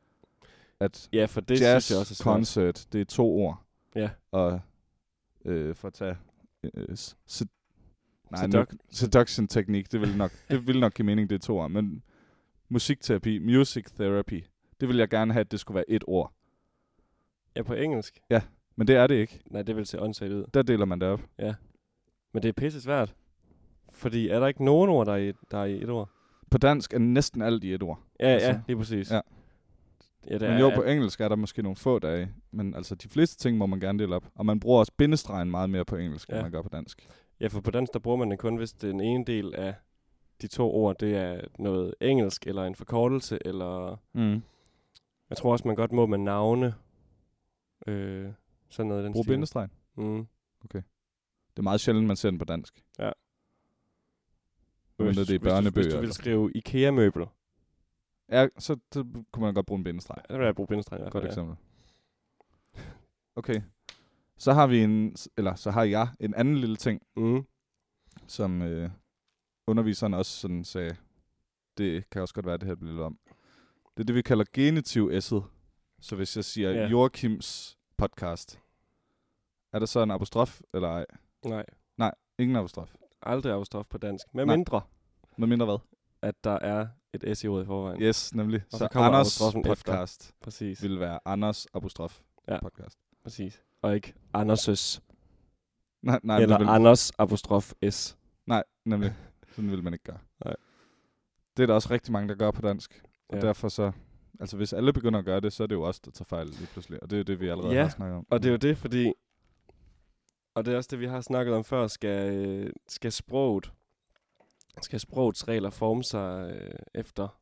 Speaker 1: At
Speaker 2: Ja, for det
Speaker 1: jazz,
Speaker 2: synes jeg også er svært.
Speaker 1: concert, det er to ord.
Speaker 2: Ja.
Speaker 1: Og øh, for at tage... Øh, s- sed- nej,
Speaker 2: Seduc-
Speaker 1: nu, seduction teknik, det vil nok, det vil nok give mening, det er to ord. Men musikterapi, music therapy, det vil jeg gerne have, at det skulle være et ord.
Speaker 2: Ja, på engelsk.
Speaker 1: Men det er det ikke.
Speaker 2: Nej, det vil se åndssvagt ud.
Speaker 1: Der deler man det op.
Speaker 2: Men det er pisse svært. Fordi er der ikke nogen ord, der er i, der er i et ord?
Speaker 1: På dansk er næsten alt i et ord.
Speaker 2: Ja,
Speaker 1: Altså,
Speaker 2: ja, lige præcis.
Speaker 1: ja.
Speaker 2: ja det
Speaker 1: Men jo, på engelsk er der måske nogle få dage, men altså de fleste ting må man gerne dele op. Og man bruger også bindestregen meget mere på engelsk, ja.
Speaker 2: Ja.
Speaker 1: end man gør på dansk.
Speaker 2: Ja, for på dansk, der bruger man det kun, hvis den ene del af de to ord, det er noget engelsk, eller en forkortelse, eller...
Speaker 1: Mm.
Speaker 2: Jeg tror også, man godt må med navne Øh, sådan noget i den
Speaker 1: Brug
Speaker 2: stil.
Speaker 1: bindestreg.
Speaker 2: Mm.
Speaker 1: Det er meget sjældent, man ser den på dansk.
Speaker 2: Ja.
Speaker 1: Men det er børnebøger.
Speaker 2: Hvis du, hvis du vil
Speaker 1: eller-
Speaker 2: skrive IKEA-møbler,
Speaker 1: Ja, så, så kunne man godt bruge en bindestreg.
Speaker 2: der vil jeg bruge bindestreg i hvert
Speaker 1: Godt
Speaker 2: fald.
Speaker 1: ja.
Speaker 2: ja.
Speaker 1: eksempel. Okay. Så har vi en, eller så har jeg en anden lille ting,
Speaker 2: Mm.
Speaker 1: som øh, underviseren også sådan sagde, det kan også godt være, det her bliver lidt om. Det er det, vi kalder genitiv S'et. Så hvis jeg siger
Speaker 2: Ja.
Speaker 1: yeah. Joachims podcast, er der så en apostrof, eller ej?
Speaker 2: Nej,
Speaker 1: Ingen apostrof.
Speaker 2: aldrig afstof på dansk. Med
Speaker 1: Nej.
Speaker 2: mindre,
Speaker 1: Med mindre hvad?
Speaker 2: at der er et S i ordet i forvejen.
Speaker 1: Yes, nemlig.
Speaker 2: Og
Speaker 1: så
Speaker 2: så kommer
Speaker 1: Anders
Speaker 2: apostrofen efter.
Speaker 1: podcast efter.
Speaker 2: Præcis,
Speaker 1: vil være Anders apostrof
Speaker 2: Ja.
Speaker 1: podcast.
Speaker 2: præcis. Og ikke Anders'
Speaker 1: Nej, nej,
Speaker 2: Ej, eller
Speaker 1: det vil,
Speaker 2: Anders apostrof S.
Speaker 1: nej, nemlig. Sådan vil man ikke gøre.
Speaker 2: Nej.
Speaker 1: Det er der også rigtig mange, der gør på dansk. Og
Speaker 2: Ja.
Speaker 1: ja. derfor så... Altså, hvis alle begynder at gøre det, så er det jo os, der tager fejl lige pludselig. Og det er jo det, vi allerede
Speaker 2: Ja,
Speaker 1: har snakket om.
Speaker 2: Og det er jo det, fordi... Og det er også det, vi har snakket om før. Skal, øh, skal sproget... Skal sprogets regler forme sig øh, efter,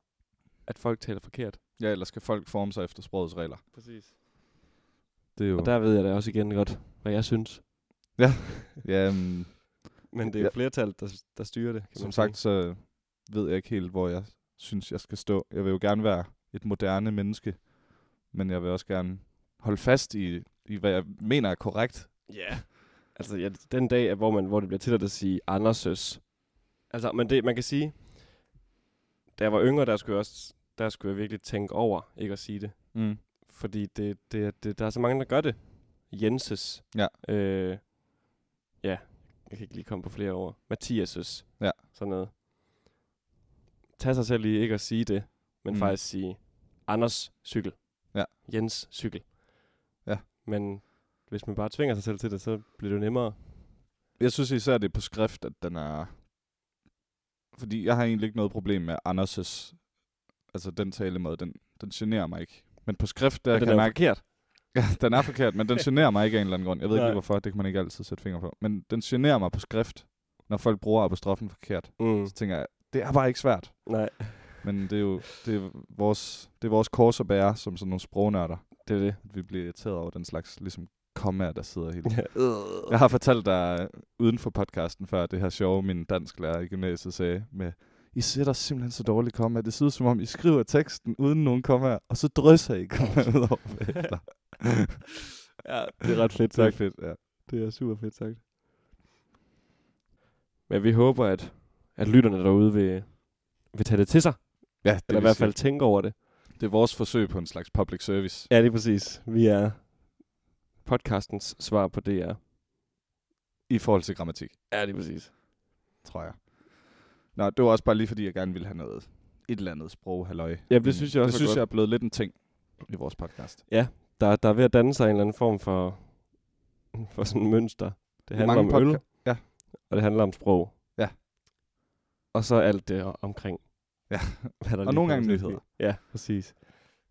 Speaker 2: at folk taler forkert?
Speaker 1: Ja, eller skal folk forme sig efter sprogets regler?
Speaker 2: Præcis.
Speaker 1: Det er jo...
Speaker 2: Og der ved jeg da også igen godt, hvad jeg synes.
Speaker 1: Ja, um,
Speaker 2: Men det er jo
Speaker 1: Ja.
Speaker 2: flertallet, der, der styrer det. Kan
Speaker 1: som
Speaker 2: man
Speaker 1: sagt,
Speaker 2: sige.
Speaker 1: så ved jeg ikke helt, hvor jeg synes, jeg skal stå. Jeg vil jo gerne være et moderne menneske, men jeg vil også gerne holde fast i, i hvad jeg mener er korrekt.
Speaker 2: Ja. Yeah. Altså, ja, den dag, hvor, man, hvor det bliver tilladt at sige Anders' Altså, men det, man kan sige... Da jeg var yngre, der skulle jeg, også, der skulle jeg virkelig tænke over ikke at sige det.
Speaker 1: Mm.
Speaker 2: fordi det, det, det, der er så mange, der gør det. Jenses.
Speaker 1: Ja.
Speaker 2: Øh, ja, jeg kan ikke lige komme på flere ord. Mathias'
Speaker 1: Ja.
Speaker 2: Sådan noget. Tag sig selv i ikke at sige det, men
Speaker 1: Mm.
Speaker 2: mm. faktisk sige Anders cykel.
Speaker 1: Ja.
Speaker 2: Jens cykel.
Speaker 1: Ja.
Speaker 2: Men hvis man bare tvinger sig selv til det, så bliver det jo nemmere.
Speaker 1: Jeg synes især, det er på skrift, at den er... Fordi jeg har egentlig ikke noget problem med Anders' altså den talemåde, den, den generer mig ikke. Men på skrift, der
Speaker 2: Og den
Speaker 1: kan
Speaker 2: er
Speaker 1: jeg
Speaker 2: jo
Speaker 1: mærke,
Speaker 2: forkert.
Speaker 1: Ja, den er forkert, men den generer mig ikke af en eller anden grund. Jeg ved ikke
Speaker 2: Nej.
Speaker 1: lige hvorfor, det kan man ikke altid sætte fingre på. Men den generer mig på skrift, når folk bruger apostrofen forkert.
Speaker 2: Mm.
Speaker 1: Så tænker jeg, det er bare ikke svært.
Speaker 2: Nej,
Speaker 1: Men det er jo det er vores, det er vores kors at bære, som sådan nogle sprognørder,
Speaker 2: det er det.
Speaker 1: at vi bliver irriteret over den slags ligesom kommaer, der sidder helt.
Speaker 2: Ja.
Speaker 1: Jeg har fortalt dig øh, uden for podcasten før, det her sjove, min dansklærer i gymnasiet sagde med, I sætter simpelthen så dårligt komma. Det ser ud som om, I skriver teksten uden nogen komma, og så drysser I komma ud over bagefter."
Speaker 2: ja, det er ret fedt
Speaker 1: Det er
Speaker 2: sagt.
Speaker 1: fedt, ja.
Speaker 2: Det er super fedt sagt. Men vi håber, at, at lytterne derude vil, vil tage det til sig.
Speaker 1: Ja, det vil
Speaker 2: Eller i hvert
Speaker 1: sige-
Speaker 2: fald tænke over det.
Speaker 1: Det er vores forsøg på en slags public service.
Speaker 2: Ja, det er præcis. Vi er podcastens svar på DR.
Speaker 1: I forhold til grammatik,
Speaker 2: Ja, det er præcis.
Speaker 1: tror jeg. Nå, det var også bare lige fordi, jeg gerne ville have noget, et eller andet sprog, halløj.
Speaker 2: det
Speaker 1: Men
Speaker 2: synes jeg også
Speaker 1: Det
Speaker 2: var
Speaker 1: synes
Speaker 2: godt.
Speaker 1: jeg er blevet lidt en ting i vores podcast.
Speaker 2: Der, der er ved at danne sig en eller anden form for, for sådan en mønster. Det handler om
Speaker 1: Mange
Speaker 2: øl,
Speaker 1: podca- ja.
Speaker 2: og det handler om sprog.
Speaker 1: Ja.
Speaker 2: Og så alt det omkring.
Speaker 1: Ja.
Speaker 2: Hvad der
Speaker 1: Og
Speaker 2: lige
Speaker 1: nogle gange
Speaker 2: kommer til at ske.
Speaker 1: nyheder.
Speaker 2: Ja, præcis.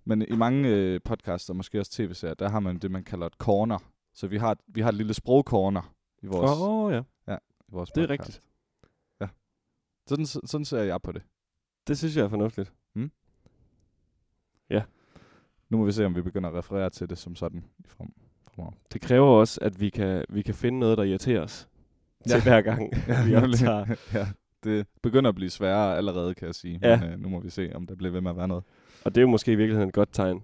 Speaker 1: Men i mange øh, podcasts, og måske også tv-serier, der har man det, man kalder et corner. Så vi har, et- vi har et lille sprogcorner i vores,
Speaker 2: Åh, oh, ja.
Speaker 1: i vores
Speaker 2: Det er
Speaker 1: podcast.
Speaker 2: rigtigt.
Speaker 1: Ja. Sådan, sådan ser jeg på det.
Speaker 2: Det synes jeg er fornuftigt.
Speaker 1: Nu må vi se, om vi begynder at referere til det som sådan. i Frem, fremover.
Speaker 2: Det kræver også, at vi kan, vi kan finde noget, der irriterer os. Ja.
Speaker 1: Ja.
Speaker 2: Til hver gang, vi
Speaker 1: nemlig.
Speaker 2: optager.
Speaker 1: ja, det begynder at blive sværere allerede, kan jeg sige.
Speaker 2: Ja.
Speaker 1: Men øh, nu må vi se, om der bliver ved med at være noget.
Speaker 2: Og det er jo måske i virkeligheden et godt tegn.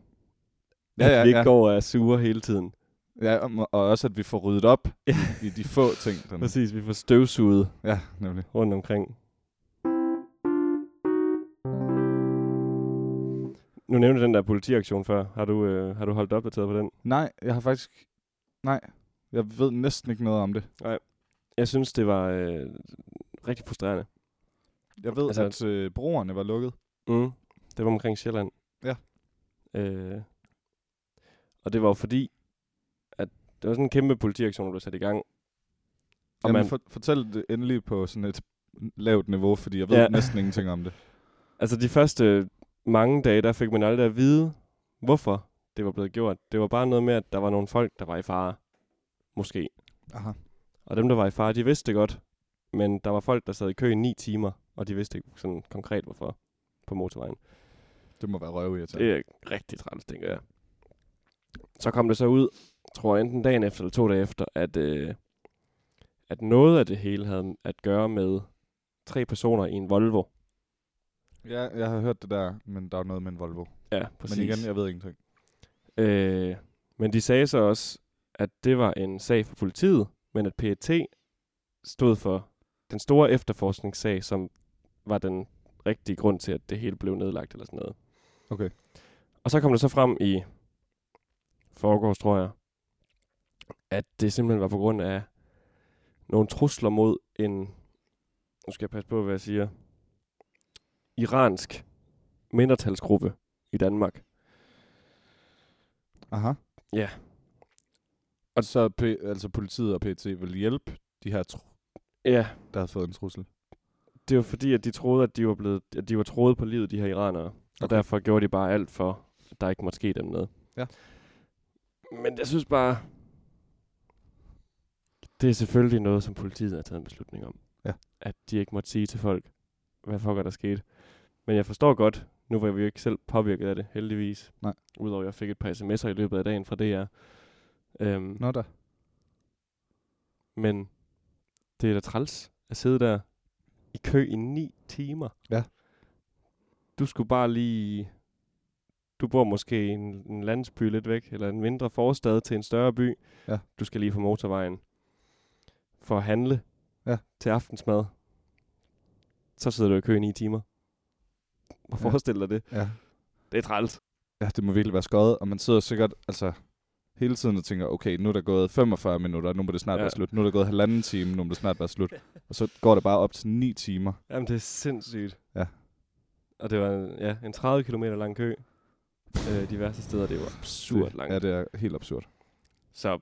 Speaker 1: Ja, ja,
Speaker 2: at vi ikke
Speaker 1: ja.
Speaker 2: går og er sure hele tiden.
Speaker 1: Ja, om- og også at vi får ryddet op
Speaker 2: Ja.
Speaker 1: i, i de få ting. Den,
Speaker 2: Præcis, vi får støvsuget
Speaker 1: ja, nemlig.
Speaker 2: rundt omkring. Nu nævnte jeg den der politiaktion før. Har du, øh, har du holdt opdateret på den?
Speaker 1: Nej, jeg har faktisk... Nej, jeg ved næsten ikke noget om det.
Speaker 2: Jeg synes, det var øh, rigtig frustrerende.
Speaker 1: Jeg ved, altså,
Speaker 2: Altså-
Speaker 1: at øh, broerne var lukket.
Speaker 2: Mm. Det var omkring Sjælland.
Speaker 1: Ja.
Speaker 2: Øh, og det var jo fordi, at det var sådan en kæmpe politiaktion, der blev sat i gang.
Speaker 1: Og
Speaker 2: Og
Speaker 1: Jamen, man...
Speaker 2: man-
Speaker 1: for, fortæl det endelig på sådan et lavt niveau, fordi jeg ved ja.
Speaker 2: Ja.
Speaker 1: næsten ingenting om det.
Speaker 2: Altså de første mange dage, der fik man aldrig at vide, hvorfor det var blevet gjort. Det var bare noget med, at der var nogle folk, der var i fare. Måske.
Speaker 1: Aha.
Speaker 2: Og dem, der var i fare, de vidste det godt. Men der var folk, der sad i kø i ni timer, og de vidste ikke sådan konkret, hvorfor på motorvejen.
Speaker 1: Det må være røve i
Speaker 2: Det er rigtig træls, tænker jeg. Så kom det så ud, tror enten dagen efter eller to dage efter, at, øh, at noget af det hele havde at gøre med tre personer i en Volvo. Øh.
Speaker 1: Ja, jeg har hørt det der, men der er noget med en Volvo.
Speaker 2: Ja,
Speaker 1: Præcis. Men igen, jeg ved ingenting.
Speaker 2: Øh, men de sagde så også, at det var en sag for politiet, men at PET stod for den store efterforskningssag, som var den rigtige grund til, at det hele blev nedlagt eller sådan noget.
Speaker 1: Okay.
Speaker 2: Og så kom det så frem i forgårs, tror jeg, at det simpelthen var på grund af nogle trusler mod en, nu skal jeg passe på, hvad jeg siger, iransk mindretalsgruppe i Danmark.
Speaker 1: Aha.
Speaker 2: Ja.
Speaker 1: Og så P- altså politiet og PT vil hjælpe de her, tr-
Speaker 2: Ja,
Speaker 1: der har fået en trussel.
Speaker 2: det var fordi, at de troede, at de var, blevet, at de var troet på livet, de her iranere. Okay. Og
Speaker 1: Okay.
Speaker 2: derfor gjorde de bare alt for, at der ikke måtte ske dem noget.
Speaker 1: Ja.
Speaker 2: Men jeg synes bare, det er selvfølgelig noget, som politiet har taget en beslutning om.
Speaker 1: Ja.
Speaker 2: At de ikke måtte sige til folk, hvad fuck er der sket. Men jeg forstår godt, nu var vi jo ikke selv påvirket af det, heldigvis.
Speaker 1: Nej.
Speaker 2: Udover at jeg fik et par sms'er i løbet af dagen fra DR. Øhm,
Speaker 1: Nå da.
Speaker 2: men det er da træls at sidde der i kø i 9 timer.
Speaker 1: Ja.
Speaker 2: Du skulle bare lige... Du bor måske i en, en landsby lidt væk, eller en mindre forstad til en større by.
Speaker 1: Ja.
Speaker 2: Du skal lige på motorvejen for at handle
Speaker 1: Ja.
Speaker 2: til aftensmad. Så sidder du i kø i 9 timer. Hvor
Speaker 1: Ja.
Speaker 2: forestil dig det?
Speaker 1: Ja.
Speaker 2: Det er træls.
Speaker 1: ja, det må virkelig være skøjet, og man sidder sikkert altså, hele tiden og tænker, okay, nu er der gået 45 minutter, nu må det snart
Speaker 2: Ja.
Speaker 1: ja. være slut, nu er der gået halvanden time, nu må det snart være slut. Og så går det bare op til 9 timer.
Speaker 2: Jamen, det er sindssygt.
Speaker 1: Ja.
Speaker 2: Og det var en, ja, en 30 km lang kø. øh, de værste steder, det var absurd
Speaker 1: Det-
Speaker 2: langt.
Speaker 1: Ja, det er helt absurd.
Speaker 2: Så,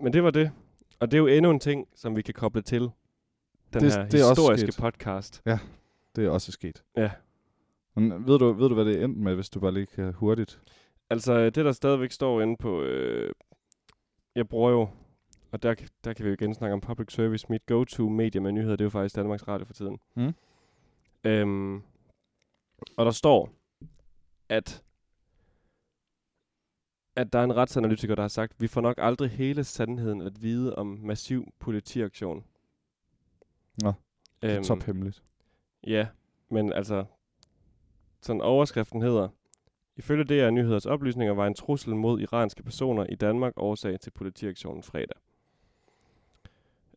Speaker 2: men det var det. Og det er jo endnu en ting, som vi kan koble til den
Speaker 1: Det-
Speaker 2: det, her
Speaker 1: det er også
Speaker 2: historiske
Speaker 1: sket.
Speaker 2: podcast.
Speaker 1: Det er også sket.
Speaker 2: Ja.
Speaker 1: Men ved du, ved du, hvad det endte med, hvis du bare lige kan hurtigt?
Speaker 2: Altså, det der stadigvæk står inde på... Øh, jeg bruger jo... Og der, der kan vi jo igen snakke om public service. Mit go-to medie med nyheder, det er jo faktisk Danmarks Radio for tiden.
Speaker 1: Mm.
Speaker 2: Øhm, og der står, at at der er en retsanalytiker, der har sagt, vi får nok aldrig hele sandheden at vide om massiv politiaktion. Øhm,
Speaker 1: Nå, Det er tophemmeligt.
Speaker 2: Ja, men altså, sådan overskriften hedder, ifølge DR Nyheders oplysninger var en trussel mod iranske personer i Danmark årsag til politiaktionen fredag.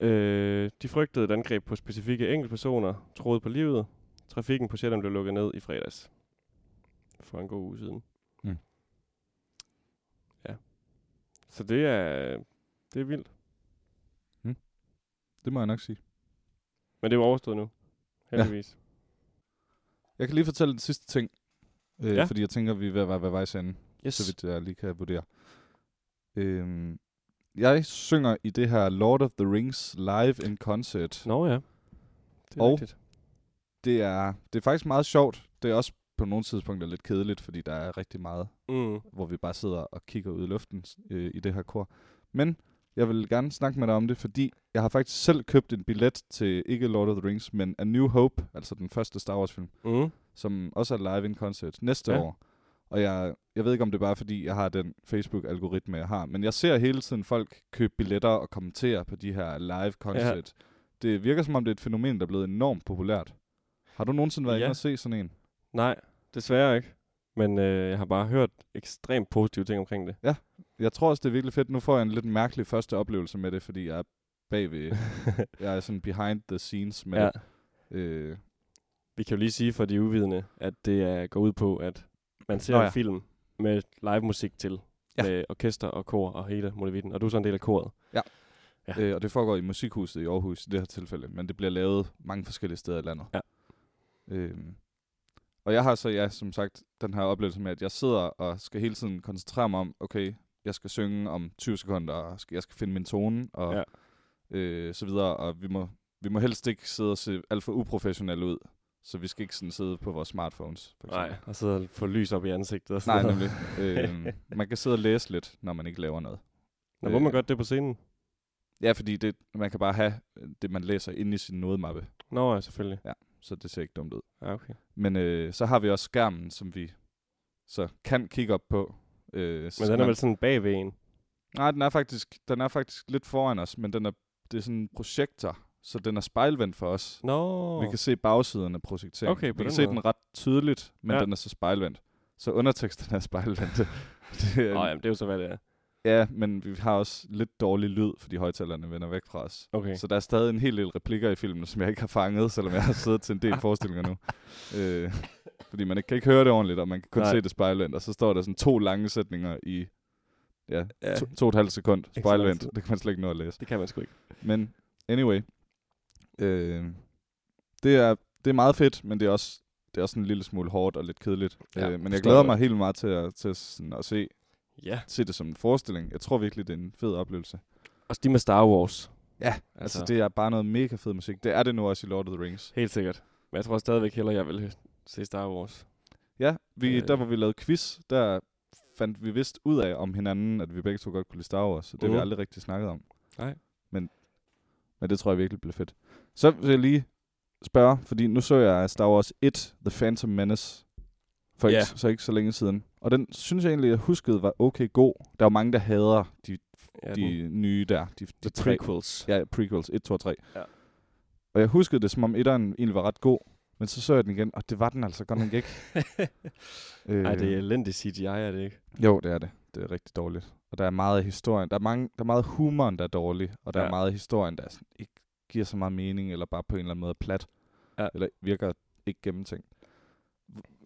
Speaker 2: Øh, de frygtede et angreb på specifikke enkeltpersoner, troede på livet. Trafikken på Sjælland blev lukket ned i fredags. For en god uge siden.
Speaker 1: Mm.
Speaker 2: Ja. Så det er, det er vildt.
Speaker 1: Det må jeg nok sige.
Speaker 2: Men det er jo overstået nu.
Speaker 1: Ja.
Speaker 2: Heldigvis.
Speaker 1: Jeg kan lige fortælle den sidste ting. Øh,
Speaker 2: Ja.
Speaker 1: ja. Fordi jeg tænker, vi er ved at være ved vejs ende.
Speaker 2: Ja. Yes.
Speaker 1: så vidt jeg lige kan vurdere. Øhm, jeg synger i det her Lord of the Rings live in concert.
Speaker 2: Nå ja. Det er
Speaker 1: Og-
Speaker 2: rigtigt.
Speaker 1: Det er, det er faktisk meget sjovt. Det er også på nogle tidspunkter lidt kedeligt, fordi der er rigtig meget,
Speaker 2: Mm.
Speaker 1: hvor vi bare sidder og kigger ud i luften øh, i det her kor. Men jeg vil gerne snakke med dig om det, fordi jeg har faktisk selv købt en billet til ikke Lord of the Rings, men A New Hope, altså den første Star Wars film,
Speaker 2: Mm.
Speaker 1: som også er live in concert næste
Speaker 2: Ja.
Speaker 1: ja. år. Og jeg, jeg ved ikke, om det er bare fordi, jeg har den Facebook-algoritme, jeg har, men jeg ser hele tiden folk købe billetter og kommentere på de her live concert. Ja. Det virker som om, det er et fænomen, der er blevet enormt populært. Har du nogensinde været
Speaker 2: Ja.
Speaker 1: ja. inde og se sådan en?
Speaker 2: Nej, desværre ikke. Men øh, jeg har bare hørt ekstremt positive ting omkring det.
Speaker 1: Jeg tror også, det er virkelig fedt. Nu får jeg en lidt mærkelig første oplevelse med det, fordi jeg er bagved. jeg er sådan behind the scenes med
Speaker 2: ja.
Speaker 1: ja. øh,
Speaker 2: Vi kan jo lige sige for de uvidende, at det er, går ud på, at man ser
Speaker 1: Nå
Speaker 2: ja.
Speaker 1: ja.
Speaker 2: en film med live musik til. Ja.
Speaker 1: Ja.
Speaker 2: Med orkester og kor og hele muligheden. Og du er så en del af koret. Ja.
Speaker 1: Øh, og det foregår i Musikhuset i Aarhus i det her tilfælde, men det bliver lavet mange forskellige steder i landet.
Speaker 2: Ja.
Speaker 1: Øhm, og jeg har så, ja, som sagt, den her oplevelse med, at jeg sidder og skal hele tiden koncentrere mig om, okay, jeg skal synge om 20 sekunder, og skal- jeg skal finde min tone, og ja. øh, så videre, og vi må, vi må helst ikke sidde og se alt for uprofessionelle ud, så vi skal ikke sådan sidde på vores smartphones, for eksempel.
Speaker 2: Nej, og sidder og får lys op i ansigtet. Og sådan
Speaker 1: Nej,
Speaker 2: noget.
Speaker 1: nemlig. øhm, man kan sidde og læse lidt, når man ikke laver noget.
Speaker 2: Nå, må man
Speaker 1: Øh.
Speaker 2: godt det på scenen?
Speaker 1: Ja, fordi det, man kan bare have øh, det, man læser inde i sin nodemappe,
Speaker 2: Nå ja, selvfølgelig.
Speaker 1: så det ser ikke dumt ud.
Speaker 2: Ja, okay.
Speaker 1: Men øh, så har vi også skærmen, som vi så kan kigge op på. Øh,
Speaker 2: Men den er vel sådan bagved en?
Speaker 1: Nej, den er faktisk, den er faktisk lidt foran os, men den er, det er sådan en projektor, så den er spejlvendt for os.
Speaker 2: Nå.
Speaker 1: Oh. Vi kan se bagsiden af projekteringen.
Speaker 2: Okay, på
Speaker 1: vi kan
Speaker 2: den
Speaker 1: se
Speaker 2: måde.
Speaker 1: den ret tydeligt, men
Speaker 2: Ja.
Speaker 1: ja. den er så spejlvendt. Så underteksten er spejlvendt. det,
Speaker 2: Nå,
Speaker 1: er-
Speaker 2: jamen, det er jo så, hvad det er.
Speaker 1: ja, men vi har også lidt dårlig lyd, fordi højtalerne vender væk fra os.
Speaker 2: Okay.
Speaker 1: Okay. Så der er stadig en hel del replikker i filmen, som jeg ikke har fanget, selvom jeg har siddet til en del forestillinger nu. Øh, fordi man ikke, kan ikke høre det ordentligt, og man kan kun
Speaker 2: Nej.
Speaker 1: Nej. se det spejlvendt. Og så står der sådan to lange sætninger i ja,
Speaker 2: Ja.
Speaker 1: to, to og et halvt sekund
Speaker 2: så lang
Speaker 1: spejlvendt.
Speaker 2: tid.
Speaker 1: Det kan man slet ikke nå at læse.
Speaker 2: Det kan man sgu ikke.
Speaker 1: Men anyway, øh, det, er, det er meget fedt, men det er også det er også en lille smule hårdt og lidt kedeligt.
Speaker 2: Ja,
Speaker 1: Ja, øh, men
Speaker 2: forstår
Speaker 1: jeg glæder
Speaker 2: jeg
Speaker 1: mig
Speaker 2: godt.
Speaker 1: helt meget til at, til sådan at se,
Speaker 2: Ja.
Speaker 1: se det som en forestilling. Jeg tror virkelig, det er en fed oplevelse.
Speaker 2: Også de med Star Wars.
Speaker 1: Ja, Altså, altså det er bare noget mega fed musik. Det er det nu også i Lord of the Rings.
Speaker 2: Helt sikkert. Men jeg tror stadigvæk hellere, jeg vil se Star Wars.
Speaker 1: Ja, vi,
Speaker 2: Øh.
Speaker 1: øh. der hvor vi lavede quiz, der fandt vi vist ud af om hinanden, at vi begge to godt kunne lide Star Wars. og Det har
Speaker 2: Mhm.
Speaker 1: vi aldrig rigtig snakket om.
Speaker 2: Nej.
Speaker 1: Men, men det tror jeg virkelig blev fedt. Så vil jeg lige spørge, fordi nu så jeg Star Wars 1, The Phantom Menace, for
Speaker 2: Ja.
Speaker 1: ikke, så ikke så længe siden. Og den synes jeg egentlig, jeg huskede var okay god. Der er jo mange, der hader de,
Speaker 2: Ja, den-
Speaker 1: de nye der. De, de
Speaker 2: The
Speaker 1: tre.
Speaker 2: prequels.
Speaker 1: Ja, prequels 1, 2 og 3.
Speaker 2: Ja.
Speaker 1: Og jeg huskede det, som om etteren egentlig var ret god. Men så så jeg den igen, og det var den altså godt nok ikke. øh,
Speaker 2: Ej, det er elendig CGI, er det ikke?
Speaker 1: Jo, det er det. Det er rigtig dårligt. Og der er meget af historien. Der er, mange, der er meget af humoren, der er dårlig. Og der
Speaker 2: Ja.
Speaker 1: er meget af historien, der sådan, ikke giver så meget mening, eller bare på en eller anden måde er plat.
Speaker 2: Ja.
Speaker 1: Eller virker ikke gennemtænkt.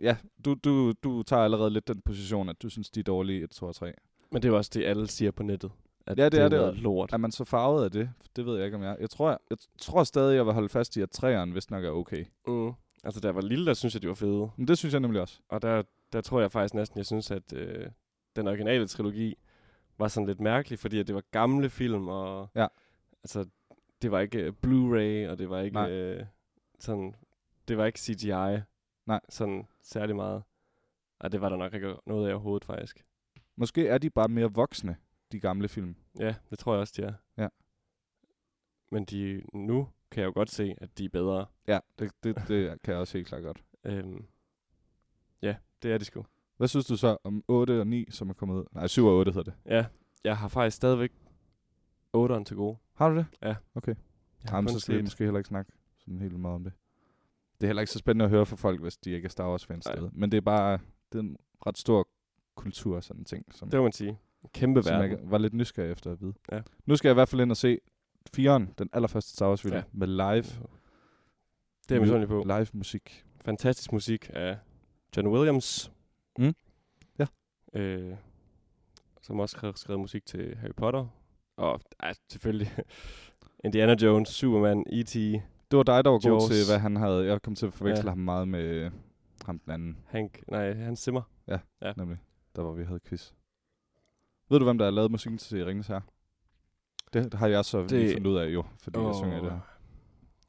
Speaker 1: Ja, du, du, du tager allerede lidt den position, at du synes, de er dårlige 1, 2 og 3.
Speaker 2: Men det er jo også det, alle siger på nettet. At
Speaker 1: Ja, det er det.
Speaker 2: noget lort.
Speaker 1: Er man så farvet af det? Det ved jeg ikke, om jeg er. Jeg tror, jeg, jeg tror stadig, jeg vil holde fast i, at træeren vist nok er okay.
Speaker 2: Mm. Altså, da jeg var lille, der synes jeg, de var fede.
Speaker 1: Men det synes jeg nemlig også.
Speaker 2: Og der, der tror jeg faktisk næsten, jeg synes, at øh, den originale trilogi var sådan lidt mærkelig, fordi at det var gamle film, og
Speaker 1: Ja.
Speaker 2: altså, det var ikke øh, Blu-ray, og det var ikke
Speaker 1: Nej.
Speaker 2: øh, sådan, det var ikke CGI.
Speaker 1: Nej.
Speaker 2: Sådan særlig meget. Og det var der nok ikke noget af overhovedet, faktisk.
Speaker 1: Måske er de bare mere voksne, de gamle film.
Speaker 2: Ja, det tror jeg også, de er.
Speaker 1: Ja.
Speaker 2: Men de, nu kan jeg jo godt se, at de er bedre.
Speaker 1: Ja, det, det, det kan jeg også helt klart godt.
Speaker 2: Øhm, ja, det er de sgu.
Speaker 1: Hvad synes du så om 8 og 9, som er kommet ud? Nej, 7 og 8 hedder det.
Speaker 2: Ja, jeg har faktisk stadigvæk 8'eren til gode.
Speaker 1: Har du det?
Speaker 2: Jeg har
Speaker 1: Jamen,
Speaker 2: kun
Speaker 1: så skal vi
Speaker 2: set-
Speaker 1: måske heller ikke snakke sådan helt vildt meget om det. Det er heller ikke så spændende at høre fra folk, hvis de ikke er Star Wars-fans
Speaker 2: Nej.
Speaker 1: stadig. Men det er bare det er en ret stor kultur og sådan en ting, som,
Speaker 2: Det må man sige. En Kæmpe
Speaker 1: som
Speaker 2: verden.
Speaker 1: jeg var lidt nysgerrig efter at vide.
Speaker 2: Ja.
Speaker 1: Nu skal jeg i hvert fald ind og se 4'eren, den allerførste Star Wars-film,
Speaker 2: Ja.
Speaker 1: ja. med live,
Speaker 2: Det er jeg
Speaker 1: mu-
Speaker 2: misundelig på.
Speaker 1: live musik.
Speaker 2: Fantastisk musik af John Williams.
Speaker 1: Mm. Ja.
Speaker 2: Øh, som også har skrevet musik til Harry Potter. Og ej, selvfølgelig Indiana Jones, Superman, E E.T.,
Speaker 1: Det var dig, der var
Speaker 2: Jaws.
Speaker 1: god til, hvad han havde. Jeg kom til at forveksle
Speaker 2: Ja.
Speaker 1: ja. ham meget med øh, ham den anden.
Speaker 2: Hank, nej, Hans Zimmer.
Speaker 1: nemlig. Der hvor vi havde quiz. Ved du, hvem der har lavet musikken til Ringens her? Det, det har jeg så det...
Speaker 2: Det-
Speaker 1: lige fundet ud af, jo, fordi oh. jeg synger i det her.
Speaker 2: Åh.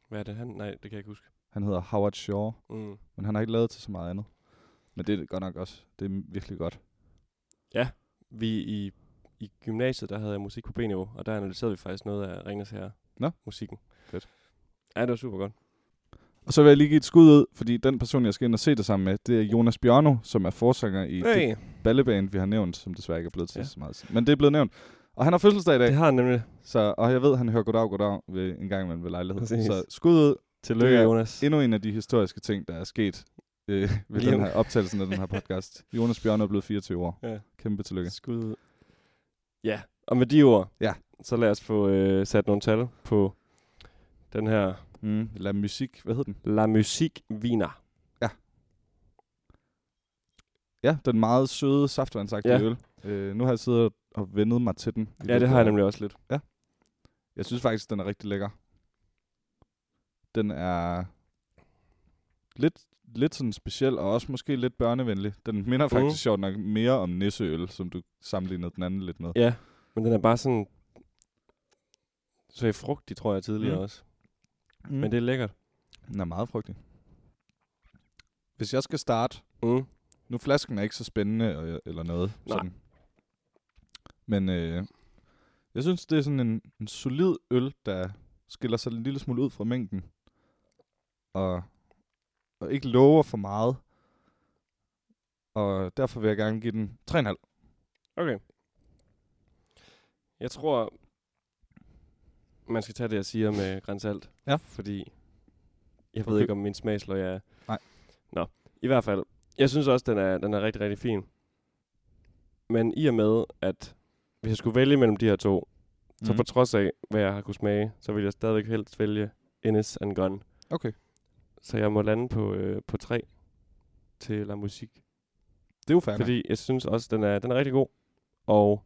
Speaker 2: Hvad er det han? Nej, det kan jeg ikke huske.
Speaker 1: Han hedder Howard Shaw,
Speaker 2: Mm.
Speaker 1: men han har ikke lavet til så meget andet. Men det er det godt nok også. Det er virkelig godt.
Speaker 2: Vi i, i gymnasiet, der havde jeg musik på B-niveau, og der analyserede vi faktisk noget af Ringnes her.
Speaker 1: Nå.
Speaker 2: Musikken.
Speaker 1: Fedt.
Speaker 2: Ja, det var super godt.
Speaker 1: Og så vil jeg lige give et skud ud, fordi den person, jeg skal ind og se det sammen med, det er Jonas Bjørno, som er forsanger i hey. det
Speaker 2: Hey.
Speaker 1: balleband, vi har nævnt, som desværre ikke er blevet til
Speaker 2: Ja.
Speaker 1: ja. så meget. Men det er blevet nævnt. Og han har fødselsdag i dag,
Speaker 2: Det har han nemlig.
Speaker 1: så, og jeg ved, han hører goddag, goddag ved, en gang imellem ved lejlighed.
Speaker 2: Præcis.
Speaker 1: Så skud ud,
Speaker 2: Tillykke,
Speaker 1: Det er-
Speaker 2: Jonas.
Speaker 1: endnu en af de historiske ting, der er sket øh, ved
Speaker 2: Lige
Speaker 1: den
Speaker 2: om-
Speaker 1: her optagelsen af den her podcast. Jonas Bjørn er blevet 24 år.
Speaker 2: Ja.
Speaker 1: Ja. Kæmpe tillykke.
Speaker 2: Skud. Ja, og med de ord,
Speaker 1: Ja.
Speaker 2: så lad os få øh, sat nogle tal på den her
Speaker 1: Mm. La Musik, hvad hed den?
Speaker 2: La Musique Wiener.
Speaker 1: Ja, den meget søde saftvandsagtige
Speaker 2: Ja.
Speaker 1: ja. øl. Øh, nu har jeg siddet og vendet mig til den. i
Speaker 2: Ja,
Speaker 1: løbet
Speaker 2: det har jeg
Speaker 1: af-
Speaker 2: nemlig også lidt.
Speaker 1: Jeg synes faktisk, den er rigtig lækker. Den er lidt, lidt sådan speciel, og også måske lidt børnevenlig. Den minder
Speaker 2: Mm.
Speaker 1: mm. faktisk sjovt nok mere om nisseøl, som du sammenlignede den anden lidt med.
Speaker 2: Ja, men den er bare sådan... Så i frugtig, tror jeg, tidligere
Speaker 1: Mm.
Speaker 2: også.
Speaker 1: Mm.
Speaker 2: Men det er lækkert.
Speaker 1: Den er meget frygtelig. Hvis jeg skal starte,
Speaker 2: Mm.
Speaker 1: Nu flasken er ikke så spændende og- eller noget.
Speaker 2: Nej.
Speaker 1: Sådan. Men øh, jeg synes, det er sådan en, en solid øl, der skiller sig en lille smule ud fra mængden. Og, og ikke lover for meget. Og derfor vil jeg gerne give den 3,5.
Speaker 2: Okay. Jeg tror, man skal tage det, jeg siger med grænsalt.
Speaker 1: Ja.
Speaker 2: Fordi jeg
Speaker 1: Okay.
Speaker 2: ved ikke, om min smagsløg er...
Speaker 1: Nej.
Speaker 2: Nå, i hvert fald. Jeg synes også, den er, den er rigtig, rigtig fin. Men i og med, at hvis jeg skulle vælge mellem de her to, mm.
Speaker 1: Mhm.
Speaker 2: så på trods af, hvad jeg har kunne smage, så vil jeg stadigvæk helst vælge Innis and Gun.
Speaker 1: Okay.
Speaker 2: Så jeg må lande på, øh, på tre til La Musique.
Speaker 1: Det er jo fair nok.
Speaker 2: Fordi jeg synes også, den er, den er rigtig god. Og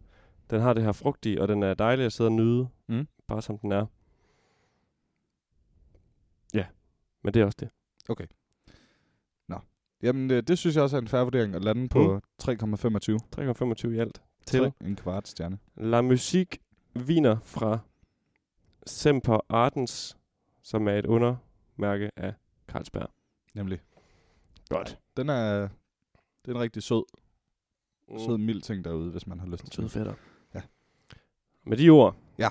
Speaker 2: den har det her frugtige, og den er dejlig at sidde og nyde.
Speaker 1: Mm.
Speaker 2: Bare som den er. Ja, men det er også det.
Speaker 1: Jamen, øh, det, det synes jeg også er en færre vurdering at lande på 3,25
Speaker 2: 3,25 i alt. Mm. Til
Speaker 1: til en kvart stjerne.
Speaker 2: La Musique viner fra Semper Ardens, som er et undermærke af Carlsberg.
Speaker 1: Nemlig.
Speaker 2: Godt.
Speaker 1: Den er, det er en rigtig sød, mm. sød mild ting derude, hvis man har lyst til
Speaker 2: Søde
Speaker 1: det.
Speaker 2: fætter.
Speaker 1: Ja.
Speaker 2: Med de ord,
Speaker 1: Ja.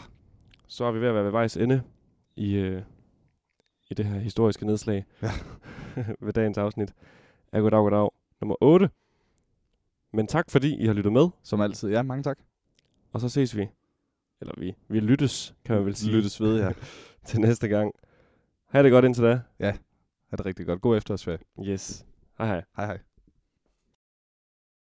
Speaker 2: så er vi ved at være ved vejs ende i, øh, i det her historiske nedslag
Speaker 1: Ja.
Speaker 2: ved dagens afsnit af Goddag, Goddag nummer 8. Men tak fordi I har lyttet med,
Speaker 1: Som altid. Ja, mange tak.
Speaker 2: og så ses vi. Eller vi, vi lyttes, kan man vel sige,
Speaker 1: Lyttes ved jer.
Speaker 2: til næste gang. Ha' det godt indtil da.
Speaker 1: ha' det rigtig godt. God efterårsferie.
Speaker 2: Yes. Hej hej.
Speaker 1: Hej hej.